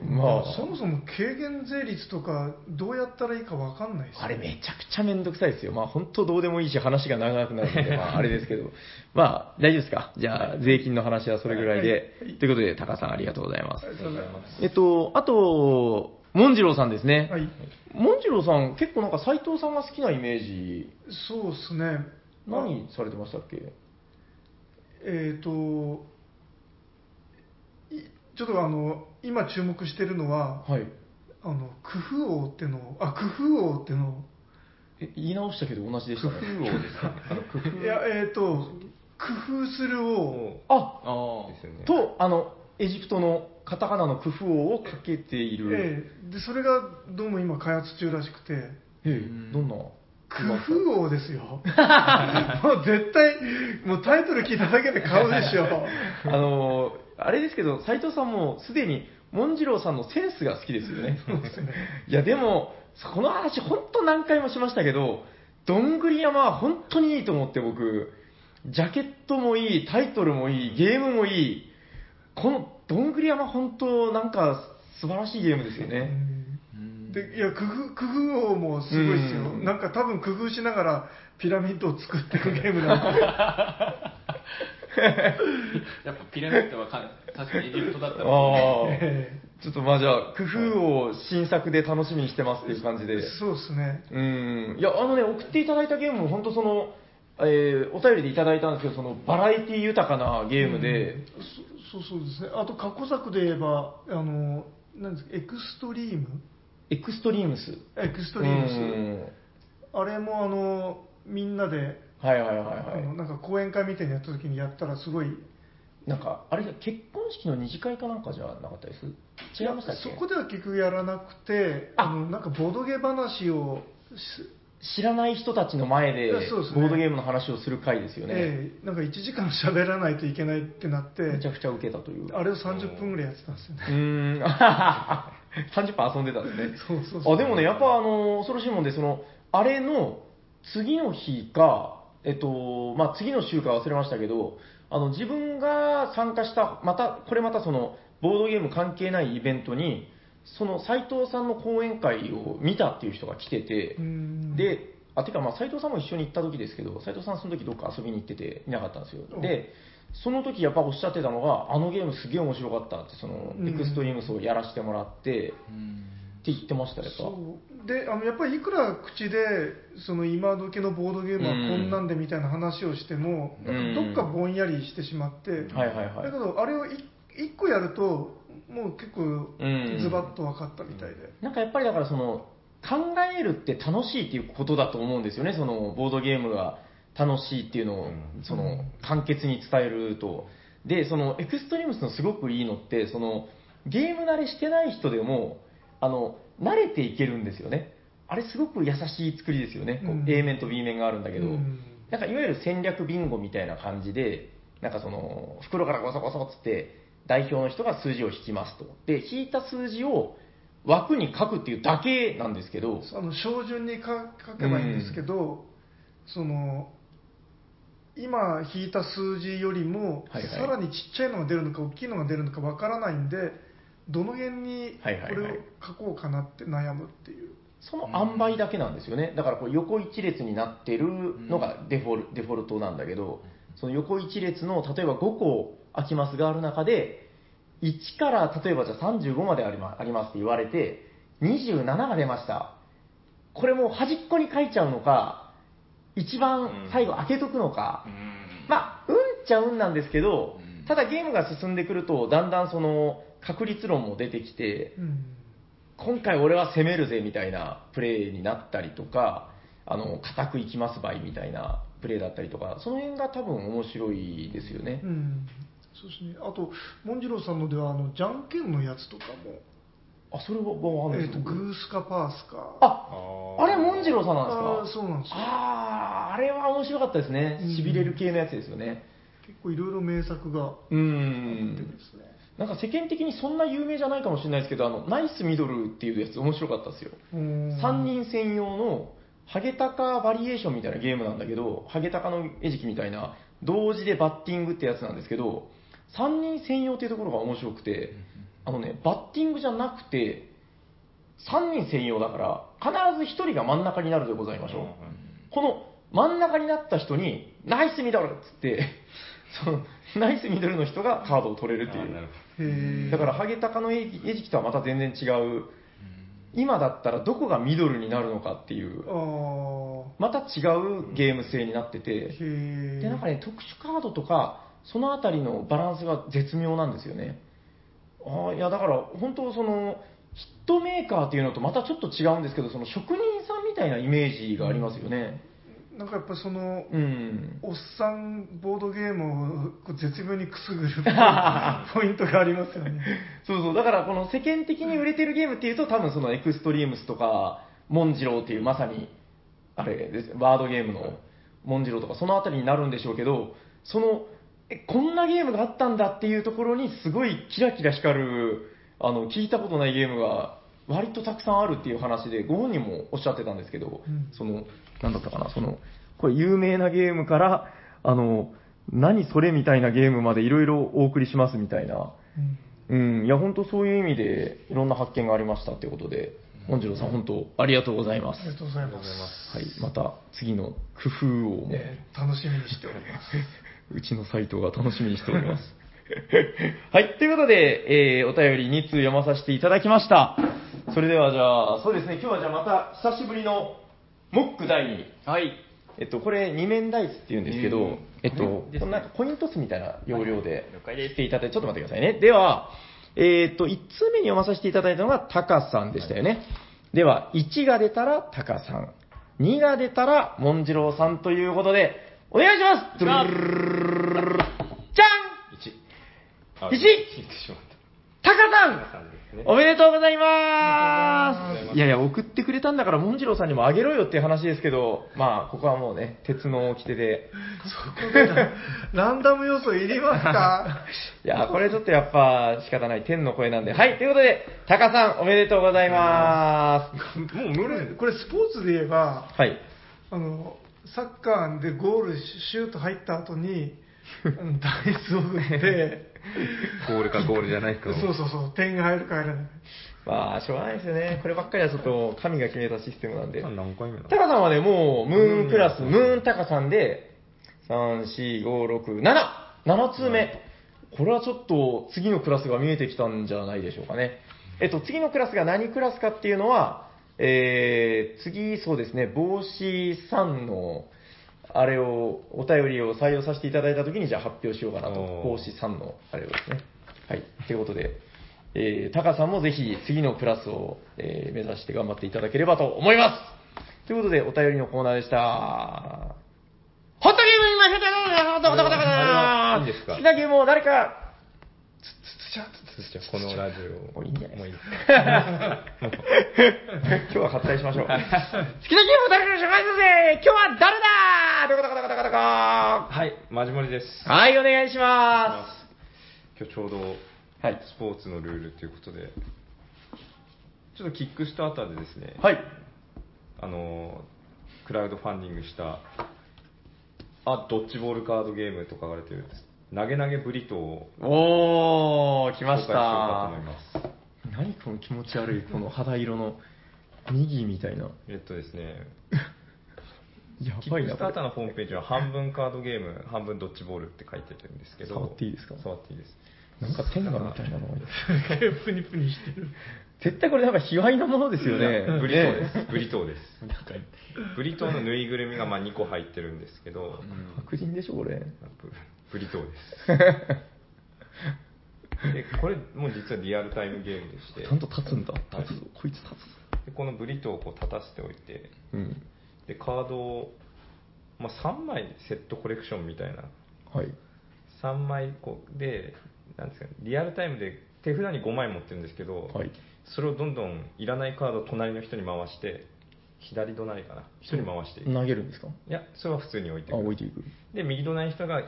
Speaker 3: ま
Speaker 4: そ
Speaker 3: あ、
Speaker 4: もそも軽減税率とか、どうやったらいいかわかんないですよ
Speaker 3: あれめちゃくちゃめんどくさいですよ。まあ本当どうでもいいし話が長くなるんで、まああれですけど。まあ大丈夫ですかじゃあ税金の話はそれぐらいで。ということで、タカさんありがとうございます。えっと、あと、モンジローさんですね。
Speaker 4: はい。
Speaker 3: モンジローさん結構なんか斎藤さんが好きなイメージ、
Speaker 4: そうですね。
Speaker 3: 何されてましたっけ
Speaker 4: えっ、と、いちょっとあの、今注目してるのは、
Speaker 3: はい。
Speaker 4: あの、工夫王ってのを、あ、工夫王ってのを、
Speaker 3: え言い直したけど同じでしたね。
Speaker 4: いや、えっ、と、工夫する王、
Speaker 3: あ
Speaker 2: あ
Speaker 1: ですよね
Speaker 3: と、あの、エジプトのカタカナの工夫王をかけている。
Speaker 4: ええで、それがどうも今開発中らしくて、
Speaker 3: ええどんな
Speaker 4: 工夫王ですよ。もう絶対、もうタイトル聞いただけで買うでしょ。
Speaker 3: あのーあれですけど、斉藤さんもすでに、モンジローさんのセンスが好きですよね。 いや、でも、この話、本当何回もしましたけど、どんぐり山は本当にいいと思って、僕、ジャケットもいい、タイトルもいい、ゲームもいい、このどんぐり山、本当、なんか素晴らしいゲームですよね。
Speaker 4: でいや工夫工夫王もすごいですよ、
Speaker 3: うん
Speaker 4: なんか多分工夫しながらピラミッドを作っていくゲームなんで、
Speaker 2: あやっぱピラミッドはか確かにエジプトだったら
Speaker 3: ああ。
Speaker 4: え
Speaker 3: ちょっとまあじゃあ、工夫を新作で楽しみにしてますっていう感じで。
Speaker 4: えそうですね、
Speaker 3: うん。いや、あのね、送っていただいたゲームも本当その、えーお便りでいただいたんですけど、そのバラエティ豊かなゲームで、
Speaker 4: そそうそうですね、あと過去作で言えば、あのなんですかエクストリーム、
Speaker 3: エクストリームス。エ
Speaker 4: エクストリームス、あれもあのみんなで、
Speaker 3: はいはいはい
Speaker 4: あの
Speaker 3: は
Speaker 4: なんか講演会みたいにやった時にやったら、すごい、
Speaker 3: い。なんか、あれじゃ結婚式の二次会かなんかじゃなかったです違いましたっけ
Speaker 4: そこでは結局やらなくて、あのなんかボドゲ話をし
Speaker 3: 知らない人たちの前で、
Speaker 4: い
Speaker 3: ボ
Speaker 4: やそうですね
Speaker 3: ードゲームの話をする回ですよね。
Speaker 4: ええなんか1時間喋らないといけないってなって、
Speaker 3: めちゃくちゃ受けたという。
Speaker 4: あれを30分ぐらいやってたんですよね。
Speaker 3: うーん、30分遊んでたんですね。
Speaker 4: そうそうそう
Speaker 3: あでもね、やっぱあの恐ろしいもんで、そのあれの次の日か、えっとまあ、次の週か忘れましたけど、あの自分が参加した、またこれまたそのボードゲーム関係ないイベントに、その斎藤さんの講演会を見たっていう人が来てて、
Speaker 4: うん
Speaker 3: で、あてか、まあ、斉藤さんも一緒に行った時ですけど、斉藤さん、その時どっか遊びに行ってて、いなかったんです
Speaker 4: う
Speaker 3: よ。
Speaker 4: ん
Speaker 3: で、その時やっぱおっしゃってたのが、あのゲームすげえ面白かったって、その、
Speaker 4: うん
Speaker 3: エクストリームスをやらせてもらって、って言ってました、やっぱ。
Speaker 4: そうであのやっぱりいくら口でその今時のボードゲームはこんなんでみたいな話をしても、
Speaker 3: うん
Speaker 4: どっかぼんやりしてしまって、
Speaker 3: はいはいはい
Speaker 4: だけどあれをい一個やるともう結構
Speaker 3: うん
Speaker 4: ズバッと分かったみたいで、
Speaker 3: なんかやっぱりだからその、考えるって楽しいっていうことだと思うんですよね、そのボードゲームが楽しいっていうのを、
Speaker 1: うん
Speaker 3: その簡潔に伝えると。で、そのエクストリームスのすごくいいのって、そのゲーム慣れしてない人でも、あの、慣れていけるんですよね。あれすごく優しい作りですよね。こう
Speaker 4: うん
Speaker 3: A 面と B 面があるんだけど、
Speaker 4: うん
Speaker 3: なんかいわゆる戦略ビンゴみたいな感じで、なんかその、袋からゴソゴソっつって、代表の人が数字を引きますと。で、引いた数字を枠に書くっていうだけなんですけど、
Speaker 4: あの照準にか書けばいいんですけど、その今引いた数字よりも、
Speaker 3: はいはい
Speaker 4: さらにちっちゃいのが出るのか大きいのが出るのかわからないんでどの辺にこ
Speaker 3: はいはいはい
Speaker 4: れを書こうかなって悩むっていう、
Speaker 3: その塩梅だけなんですよね。だからこう横一列になってるのがデフォルデフォルトなんだけど、その横一列の例えば5個空きますがある中で、1から例えばじゃあ35までありまありますって言われて、27が出ました。これもう端っこに書いちゃうのか、一番最後開けとくのか、まあ、うんっちゃうんなんですけど、ただゲームが進んでくると、だんだんその確率論も出てきて、
Speaker 4: うん
Speaker 3: 今回俺は攻めるぜみたいなプレイになったりとか、あの、固くいきますばいみたいなプレイだったりとか、その辺が多分面白いですよね
Speaker 4: う。んそうですねあと紋次郎さんのではあのじゃんけんのやつとかも、
Speaker 3: あ、それはわかんない
Speaker 4: え
Speaker 3: で
Speaker 4: ー、
Speaker 3: す
Speaker 4: とグースかパースか
Speaker 3: あ、
Speaker 1: あ
Speaker 3: あれ、モンジローさんなん
Speaker 4: あー
Speaker 3: ですか
Speaker 4: そうなんですよ
Speaker 3: あー、あれは面白かったですね
Speaker 4: うん。
Speaker 3: 痺れる系のやつですよね。
Speaker 4: 結構いろいろ名作が
Speaker 3: う
Speaker 4: 出て
Speaker 3: ん
Speaker 4: で。すね、
Speaker 3: なんか世間的にそんな有名じゃないかもしれないですけど、あの、ナイスミドルっていうやつ面白かったですよ。
Speaker 4: うん
Speaker 3: 3人専用のハゲタカバリエーションみたいなゲームなんだけど、ハゲタカの餌食みたいな、同時でバッティングってやつなんですけど、3人専用っていうところが面白くて、あのね、バッティングじゃなくて、3人専用だから、必ず1人が真ん中になるでございましょう。この真ん中になった人に、ナイスミドルっつって、そのナイスミドルの人がカードを取れるってい
Speaker 1: ー
Speaker 3: う
Speaker 1: な。るほ
Speaker 4: へー
Speaker 3: だからハゲタカの餌食とはまた全然違う、今だったらどこがミドルになるのかっていう、
Speaker 4: ああ
Speaker 3: また違うゲーム性になってて、
Speaker 4: へえ
Speaker 3: でなんかね、特殊カードとか、そのあたりのバランスが絶妙なんですよね。ああいやだから本当そのヒットメーカーっていうのとまたちょっと違うんですけど、その職人さんみたいなイメージがありますよね。
Speaker 4: なんかやっぱその
Speaker 3: うん。
Speaker 4: おっさんボードゲームをこう絶妙にく すぐるポイントがありますよね
Speaker 3: そうそう。だからこの世間的に売れてるゲームっていうと多分そのエクストリームスとか、モンジローっていうまさに、あれです、ワードゲームのモンジローとかそのあたりになるんでしょうけど、その、え、こんなゲームがあったんだっていうところにすごいキラキラ光る、あの、聞いたことないゲームが割とたくさんあるっていう話で、ご本人もおっしゃってたんですけど、
Speaker 4: うん
Speaker 3: その、なんだったかな、その、これ有名なゲームから、あの、何それみたいなゲームまでいろいろお送りしますみたいな。
Speaker 4: うん
Speaker 3: うん、いや、本当そういう意味で、いろんな発見がありましたということで、本次郎さん、本当ありがとうございます。
Speaker 4: ありが
Speaker 3: は
Speaker 4: とうございます
Speaker 3: い、また次の工夫を、
Speaker 4: えー楽しみにしております
Speaker 3: うちのサイトが楽しみにしております。 はい、ということで、えーお便り2通読まさせていただきました。それではじゃあ、そうですね、今日はじゃあまた久しぶりのモック第2。
Speaker 2: はい。
Speaker 3: えっと、これ、二面ダイスっていうんですけ
Speaker 2: うん
Speaker 3: ど、えっと、
Speaker 2: ですね
Speaker 3: このなんかコイントスみたいな要領で
Speaker 2: 了解です
Speaker 3: していただいて、ちょっと待ってくださいね。では、えっと、1通目に読まさせていただいたのがタカさんでしたよね。では、1が出たらタカさん、2が出たらモンジローさんということで、お願いしますじゃん
Speaker 1: ど
Speaker 3: 一
Speaker 1: あ言ってしまっ
Speaker 3: タカさ
Speaker 1: た
Speaker 3: ん
Speaker 1: 感じですね
Speaker 3: おめでとうございますいやいや、送ってくれたんだから、モンジローさんにもあげろよっていう話ですけど、まあ、ここはもうね、鉄の掟で。
Speaker 4: ランダム要素いりますか
Speaker 3: いやー、これちょっとやっぱ仕方ない。天の声なんで。はい、ということで、タカさんおめでとうございま
Speaker 4: もう無理これスポーツで言えば
Speaker 3: す。はい。
Speaker 4: あのサッカーでゴールシュート入った後 にあのダイスを振 って
Speaker 1: ゴールかゴールじゃないか
Speaker 4: そ
Speaker 1: を
Speaker 4: うそうそう点が入るか入らない
Speaker 3: まあ、しょうがないですよね。こればっかりはちょっと神が決めたシステムなんで。
Speaker 1: 何回目なの
Speaker 3: タカさんはね、もう、ムーンクラス、ムーンタカさんで、3、4、5、6、7、7通目。これはちょっと次のクラスが見えてきたんじゃないでしょうかね。えっと、次のクラスが何クラスかっていうのは、えー、次、そうですね、帽子さんの、あれを、お便りを採用させていただいたときに、じゃあ発表しようかなと。
Speaker 1: おー
Speaker 3: 帽子さんの、あれをですね。はい。ということで、えー、タカさんもぜひ次のクラスを、えー目指して頑張っていただければと思いますということで、お便りのコーナーでした。ホットゲームに負けたのどこどこどこ
Speaker 1: あれはいいんですか
Speaker 3: 好きなゲームを誰か、
Speaker 1: じゃあこのラジオ
Speaker 3: もういいんじゃない
Speaker 1: もういいですか
Speaker 3: 今日は割愛しまし ょう。好きなゲームを誰かに紹介するぜ今日は誰だどこどこどこどこどこ
Speaker 1: はいマジモリです
Speaker 3: はい、お願いしま
Speaker 1: 今日ちょうど
Speaker 3: す。はい。
Speaker 1: スポーツのルールということでちょっとキックスターターでですね、
Speaker 3: はい。
Speaker 1: あのクラウドファンディングしたあドッジボールカードゲームと書かれてるんです投げ投げブリトーを
Speaker 3: おー、来
Speaker 1: 紹
Speaker 3: ま
Speaker 1: 介
Speaker 3: し
Speaker 1: しようかと思い
Speaker 3: た。
Speaker 1: ます
Speaker 3: 何この気持ち悪い、この肌色の、右みたいな。
Speaker 1: えっとですね
Speaker 3: や
Speaker 1: キ
Speaker 3: ば
Speaker 1: ッ
Speaker 3: い
Speaker 1: ク
Speaker 3: な、
Speaker 1: スターターのホームページは半分カードゲーム半分ドッジボールって書いてるんですけど
Speaker 3: 触っていいですか
Speaker 1: 触っていいです
Speaker 3: なんか天下みたいなのが
Speaker 4: プニプニしてる
Speaker 3: 絶対これなんか卑猥なものですよね。
Speaker 1: ブリトーです、ブリトーです
Speaker 3: す。なんか、
Speaker 1: ブリトーのぬいぐるみがまあ2個入ってるんですけど、
Speaker 3: 白人でしょ、これ。
Speaker 1: ブブリトーです。でこれも実はリアルタイムゲームでして
Speaker 3: ちゃんと立つんだ
Speaker 1: はい
Speaker 3: 立つぞこいつ立つぞ
Speaker 1: でこのブリトーをこう立たせておいて
Speaker 3: うん
Speaker 1: でカードを、まあ、3枚セットコレクションみたいな
Speaker 3: はい
Speaker 1: 3枚こうでなんですかねリアルタイムで手札に5枚持ってるんですけど、
Speaker 3: はい
Speaker 1: それをどんどんいらないカードを隣の人に回して左隣かな人に回していく、い
Speaker 3: 投げるんですか
Speaker 1: やそれは普通に置いて
Speaker 3: あ
Speaker 1: く
Speaker 3: 置いていく
Speaker 1: で右隣の人が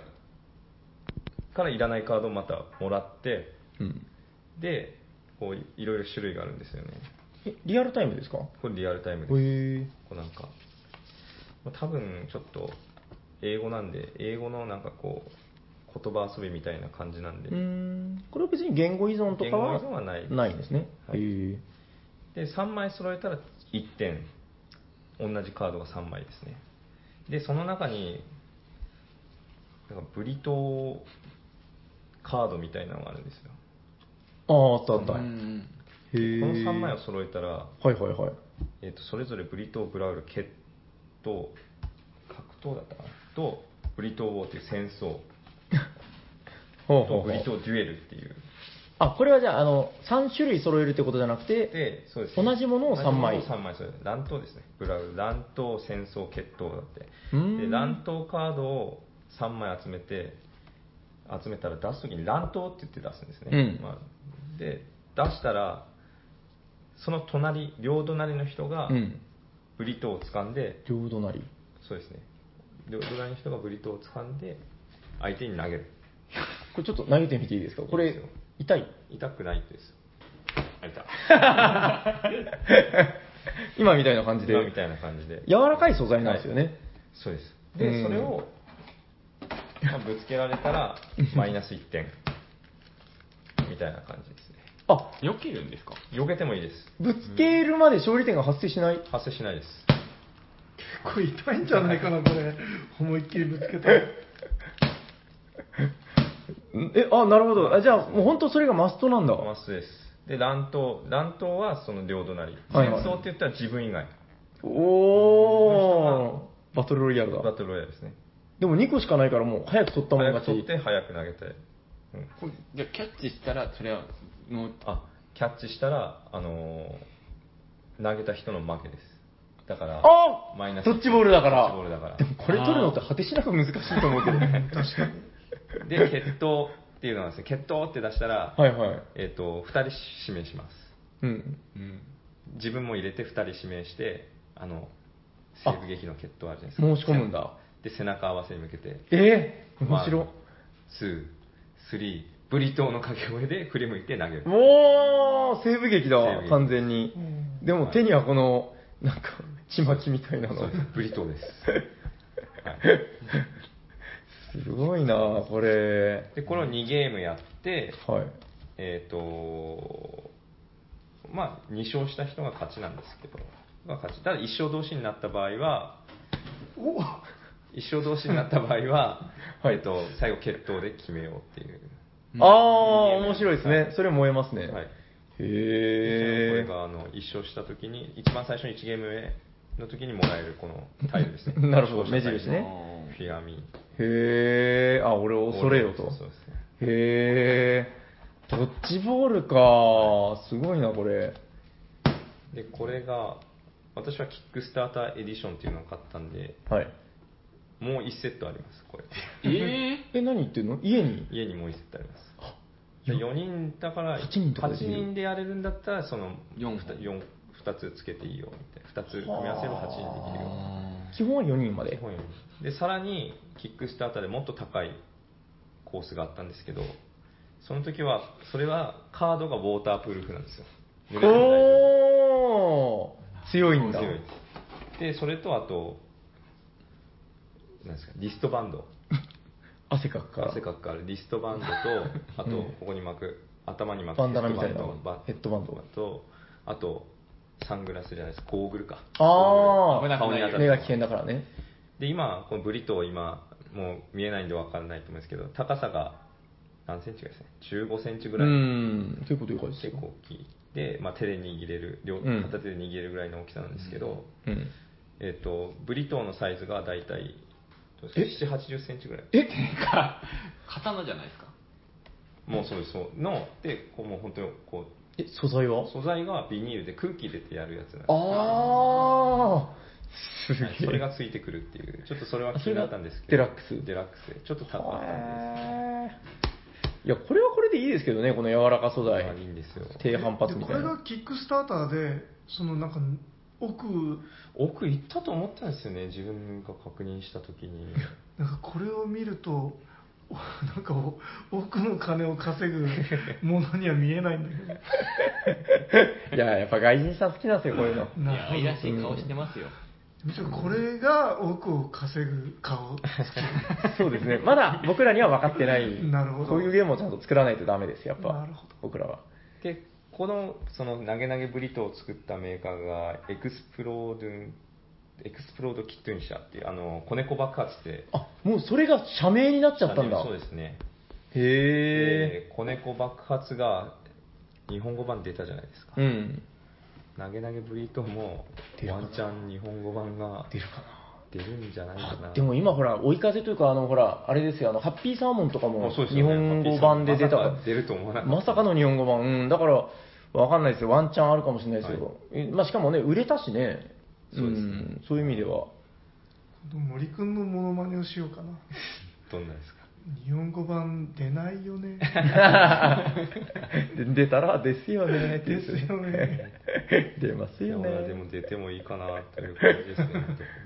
Speaker 1: からいらないカードをまたもらって
Speaker 3: うん
Speaker 1: でこういいろいろ種類があるんですよね
Speaker 3: えリアルタイムですかへ
Speaker 1: これリアルタイムです
Speaker 3: え
Speaker 1: こうなんか、まあ多分ちょっと英語なんで、英語のなんかこう、言葉遊びみたいな感じなんで、
Speaker 3: うーんこれは別に言語依存とかは
Speaker 1: 言語依存はない
Speaker 3: ないんですね、
Speaker 1: はい
Speaker 3: へえ
Speaker 1: で、3枚揃えたら1点、同じカードが3枚ですね。で、その中に、なんかブリトーカードみたいなのがあるんですよ。
Speaker 3: あああったあった、
Speaker 1: う
Speaker 3: へ
Speaker 2: ん
Speaker 3: え
Speaker 1: この3枚を揃えたら、
Speaker 3: はいはいはい
Speaker 1: えー、とそれぞれブリトー・ブラウル決闘格闘だったかなとブリトー・ウォーという戦争
Speaker 3: ほうほ
Speaker 1: と
Speaker 3: うほ
Speaker 1: ブ
Speaker 3: う
Speaker 1: リトー・デュエルっていう
Speaker 3: あこれはじゃああの3種類揃えるってことじゃなくて
Speaker 1: でそうです
Speaker 3: 同じものを三枚
Speaker 1: 同じものを三枚それ乱闘ですねブラウル乱闘戦争決闘だって
Speaker 3: うーん
Speaker 1: で乱闘カードを3枚集めて集めたら出す時に乱闘って言って出すんですね、
Speaker 3: うん
Speaker 1: まあ、で出したらその隣両隣の人が
Speaker 3: うん
Speaker 1: ブリトーを掴んで
Speaker 3: 両隣
Speaker 1: そうですね。で、隣の人がブリトーを掴んで、相手に投げる。
Speaker 3: これちょっと投げてみていいですかこ
Speaker 1: いいで
Speaker 3: れ
Speaker 1: すよ
Speaker 3: 痛い
Speaker 1: 痛くないですよ。あ、痛い。
Speaker 3: 今みたいな感じで
Speaker 1: 今みたいな感じで。
Speaker 3: 柔らかい素材なんですよね、
Speaker 1: そうです。
Speaker 3: う
Speaker 1: で、
Speaker 3: ん
Speaker 1: それを、まあぶつけられた ら、マイナス1点。みたいな感じですね。
Speaker 3: あ
Speaker 2: 避けるんですか
Speaker 1: 避けてもいいです。
Speaker 3: ぶつけるまで勝利点が発生しない
Speaker 1: 発生しないです。
Speaker 4: これ痛いんじゃないかなこれ思いっきりぶつけた
Speaker 3: えあなるほどあじゃあもう本当それがマストなんだ
Speaker 1: マスです。で、乱闘。乱闘はその両隣。
Speaker 3: はい
Speaker 1: 戦
Speaker 3: はい
Speaker 1: 争って言ったら自分以外。
Speaker 3: おおバトルロイヤル
Speaker 1: バ
Speaker 3: だ
Speaker 1: トルロイヤルですね。
Speaker 3: でも2個しかないからもう早く取ったもの
Speaker 1: 早く
Speaker 3: 勝
Speaker 1: 取っ
Speaker 3: ち
Speaker 1: て、早く投げて。うん
Speaker 2: これじゃあキャッチしたらそれはもう
Speaker 1: あキャッチしたら、あのー投げた人の負けですだから
Speaker 3: あ
Speaker 1: マイナス
Speaker 3: ドッジボールだか
Speaker 1: ド
Speaker 3: ら
Speaker 1: ッジボールだから
Speaker 3: でもこれ取るのって果てしなく難しいと思うけど
Speaker 4: 確かに
Speaker 1: で決闘っていうのはですね決闘って出したら、
Speaker 3: はいはい
Speaker 1: えっと2人指名します
Speaker 3: うん
Speaker 1: 自分も入れて2人指名してあの西
Speaker 3: あ
Speaker 1: 部劇の決闘あるじゃない
Speaker 3: 申
Speaker 1: です
Speaker 3: し
Speaker 1: か
Speaker 3: 込むんだ
Speaker 1: で背中合わせに向けて
Speaker 3: ええ面白い
Speaker 1: 123ブリトーの掛け声で振り向いて投げる
Speaker 3: おー西部劇だ
Speaker 1: 西部
Speaker 3: わ
Speaker 1: 劇
Speaker 3: 完全にでも手にはこのなんかちまきみたいな
Speaker 1: そう
Speaker 3: の
Speaker 1: ですブリトーです、はい
Speaker 3: すごいなあこれ
Speaker 1: でこれを2ゲームやって、
Speaker 3: はい
Speaker 1: えっ、と、まあ、2勝した人が勝ちなんですけど、まあ、勝ち。ただ、1勝同士になった場合は、1勝同士になった場合は、
Speaker 3: はい
Speaker 1: えっと、最後、決闘で決めようっていう。
Speaker 3: ああ面白いですねそれ燃えますね
Speaker 1: はい。こ
Speaker 3: へ。
Speaker 1: れが、あの、1勝した時に、一番最初の1ゲーム目の時にもらえる、このタイルですね
Speaker 3: なるほど
Speaker 1: 勝者タイル
Speaker 3: 目印ね
Speaker 1: フィガミ。
Speaker 3: えへえあ俺を恐れよと
Speaker 1: そうですね。
Speaker 3: へえドッジボールかすごいなこれ
Speaker 1: で、これが、私はキックスターターエディションっていうのを買ったんで、
Speaker 3: はい
Speaker 1: もう1セットあります、これ。
Speaker 2: え
Speaker 3: え何言ってんの家に
Speaker 1: 家にもう1セットあります。で4人だから
Speaker 3: 八人とかで
Speaker 1: 八人でやれるんだったらその
Speaker 2: 四本
Speaker 1: 2, つつけていいよみたいな2つ組み合わせれば8人できるよ
Speaker 3: 基本は4人まで
Speaker 1: 基本よりでさらにキックスターターでもっと高いコースがあったんですけどその時はそれはカードがウォータープルーフなんですよ濡れても大丈
Speaker 3: おー強いん
Speaker 1: 夫
Speaker 3: だ
Speaker 1: 強いですでそれとあとなんですかリストバンド
Speaker 3: 汗かくから
Speaker 1: 汗かくからリストバンドと あとここに巻く頭に巻く
Speaker 3: バンダナみたいなヘ
Speaker 1: ヘッ
Speaker 3: ッド
Speaker 1: ド
Speaker 3: バ
Speaker 1: バ
Speaker 3: ン
Speaker 1: ン
Speaker 3: ド
Speaker 1: ドとあとサングラスじゃないですかゴーグルか
Speaker 3: あ
Speaker 1: ゴーグル
Speaker 3: あ
Speaker 1: 顔に当た
Speaker 3: 目が危
Speaker 1: る
Speaker 3: 険だからね
Speaker 1: で今このブリトー今もう見えないんで分からないと思うんですけど高さが何センチかですね15センチぐ
Speaker 3: う
Speaker 1: らい
Speaker 3: んということでこれ
Speaker 1: 結構大きいで、まあ、手で握れる両
Speaker 3: うん
Speaker 1: 片手で握れるぐらいの大きさなんですけど、
Speaker 3: うん
Speaker 1: えっとブリトーのサイズが大体
Speaker 3: え
Speaker 1: 7 8 0センチぐらい
Speaker 3: え
Speaker 2: ー、刀じゃないですか
Speaker 1: もうそうですそうのでこうもう本当にこう
Speaker 3: え、素材は
Speaker 1: 素材がビニールで空気入れてやるやつなんです
Speaker 3: あー、す
Speaker 1: はい
Speaker 3: げえ。
Speaker 1: それがついてくるっていうちょっとそれは気になったんですけ
Speaker 3: デ
Speaker 1: ど
Speaker 3: ラックス。
Speaker 1: デラックスでちょっと高かったんです
Speaker 3: へーいや、これはこれでいいですけどね、この柔らか素
Speaker 1: まあ
Speaker 3: 材。
Speaker 1: いいんですよ
Speaker 3: 低反発みたい
Speaker 4: でこれ
Speaker 3: な。
Speaker 4: がキックスターターでそのなんか奥
Speaker 1: 奥行ったと思ったんですよね自分が確認した時に
Speaker 4: なんかこれを見ると おなんかお奥の金を稼ぐものには見えないんだ け
Speaker 3: いや、やっぱ外人さん好きなんですよ、こういうの。
Speaker 4: ど
Speaker 2: い
Speaker 4: な
Speaker 2: や、愛
Speaker 4: る
Speaker 2: らしい顔してますよ。
Speaker 4: ほどこれが奥を稼ぐ顔
Speaker 3: そうですね。 まだ僕らには分かってない。
Speaker 4: なるほど
Speaker 3: こういうゲームをちゃんと作らないとダメです、やっぱ。
Speaker 4: なるほど
Speaker 3: 僕らは。
Speaker 1: でこのその投げ投げブリトーを作ったメーカーがエクスプロードゥンエクスプロードキットゥン社っていうあの子猫爆発って
Speaker 3: あ、もうそれが社名になっちゃったんだ。
Speaker 1: そうですね
Speaker 3: へえ。
Speaker 1: えー子猫爆発が日本語版出たじゃないですか、
Speaker 3: うん。
Speaker 1: 投げ投げブリートも
Speaker 3: 出るか
Speaker 1: ワ
Speaker 3: な
Speaker 1: ンチャン日本語版が
Speaker 3: 出るかな。
Speaker 1: 出るんじゃないかな
Speaker 3: でも今ほら、追い風というか、あのほら、あれですよ、あの、ハッピーサーモンとかも
Speaker 1: あそうです
Speaker 3: 日
Speaker 1: よね
Speaker 3: 本語版で出た
Speaker 1: ま
Speaker 3: か
Speaker 1: さ
Speaker 3: ら
Speaker 1: か、出ると思わなかった
Speaker 3: まさかの日本語版、うん、だから、わかんないですよ、ワンチャンあるかもしれないですけど、えまあ、しかもね、売れたしね、
Speaker 1: そうですね
Speaker 3: ん、そういう意味で は、
Speaker 4: 今度森くんのモノマネをしようかな
Speaker 1: どんなですか
Speaker 4: 日本語版出ないよね
Speaker 3: で出たらですよねっていう、
Speaker 4: ですよね
Speaker 3: 出ます
Speaker 1: いや
Speaker 3: よね、
Speaker 1: 俺はでも出てもいいかなという感じですね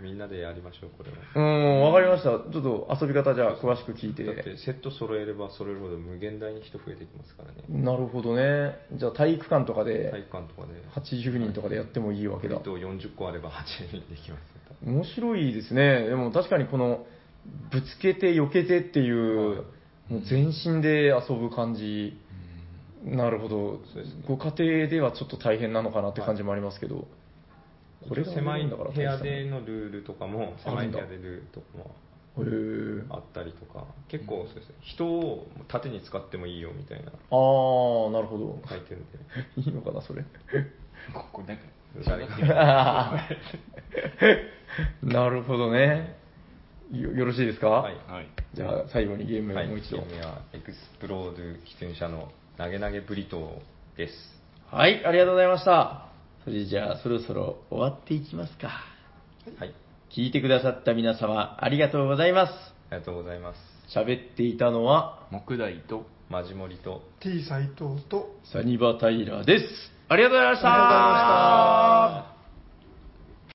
Speaker 1: みんなでやりましょうこれは
Speaker 3: うん、わかりました、ちょっと遊び方、じゃあ、詳しく聞いて、
Speaker 1: だってセット揃えれば揃えるほど無限大に人増えてきますからね
Speaker 3: なるほどね、じゃあ、体育館とか
Speaker 1: 体
Speaker 3: で、
Speaker 1: 育館とかで
Speaker 3: 80人とかでやってもいいわけ
Speaker 1: ブリ
Speaker 3: だ
Speaker 1: ー。ト40個あれば8人できますね
Speaker 3: 面白いですねでも確かにこのぶつけて避けてっていう,、もう全身で遊ぶ感じ、なるほど、
Speaker 1: そうですね
Speaker 3: ご家庭ではちょっと大変なのかなって感じもありますけど、これが
Speaker 1: 狭い
Speaker 3: んだから
Speaker 1: 部屋
Speaker 3: 大した
Speaker 1: でのルールとかも狭い部屋でルールとかも
Speaker 3: もんへえ
Speaker 1: あったりとか結構そうですね人を縦に使ってもいいよみたいな
Speaker 3: ああなるほど
Speaker 1: 書いてるんで
Speaker 3: いいのかなそ れ
Speaker 2: ここなんか、
Speaker 1: 誰か
Speaker 3: あーなるほどねよよろしいですか、
Speaker 1: はい
Speaker 2: はい。
Speaker 3: じゃあ最後にゲーム
Speaker 1: はい、
Speaker 3: をもう一度、
Speaker 1: 君はエクスプロード喫煙者の投げ投げブリトーです。
Speaker 3: はい、ありがとうございました。それじゃあ、そろそろ終わっていきますか。
Speaker 1: はい、
Speaker 3: 聞いてくださった皆様、ありがとうございま
Speaker 1: ありがとうございます。
Speaker 3: す。喋っていたのは、
Speaker 2: 木材と、
Speaker 1: マジモリと
Speaker 4: T 斎藤と
Speaker 3: サニバタイラです。ありがとうございました。
Speaker 4: ありがとうございました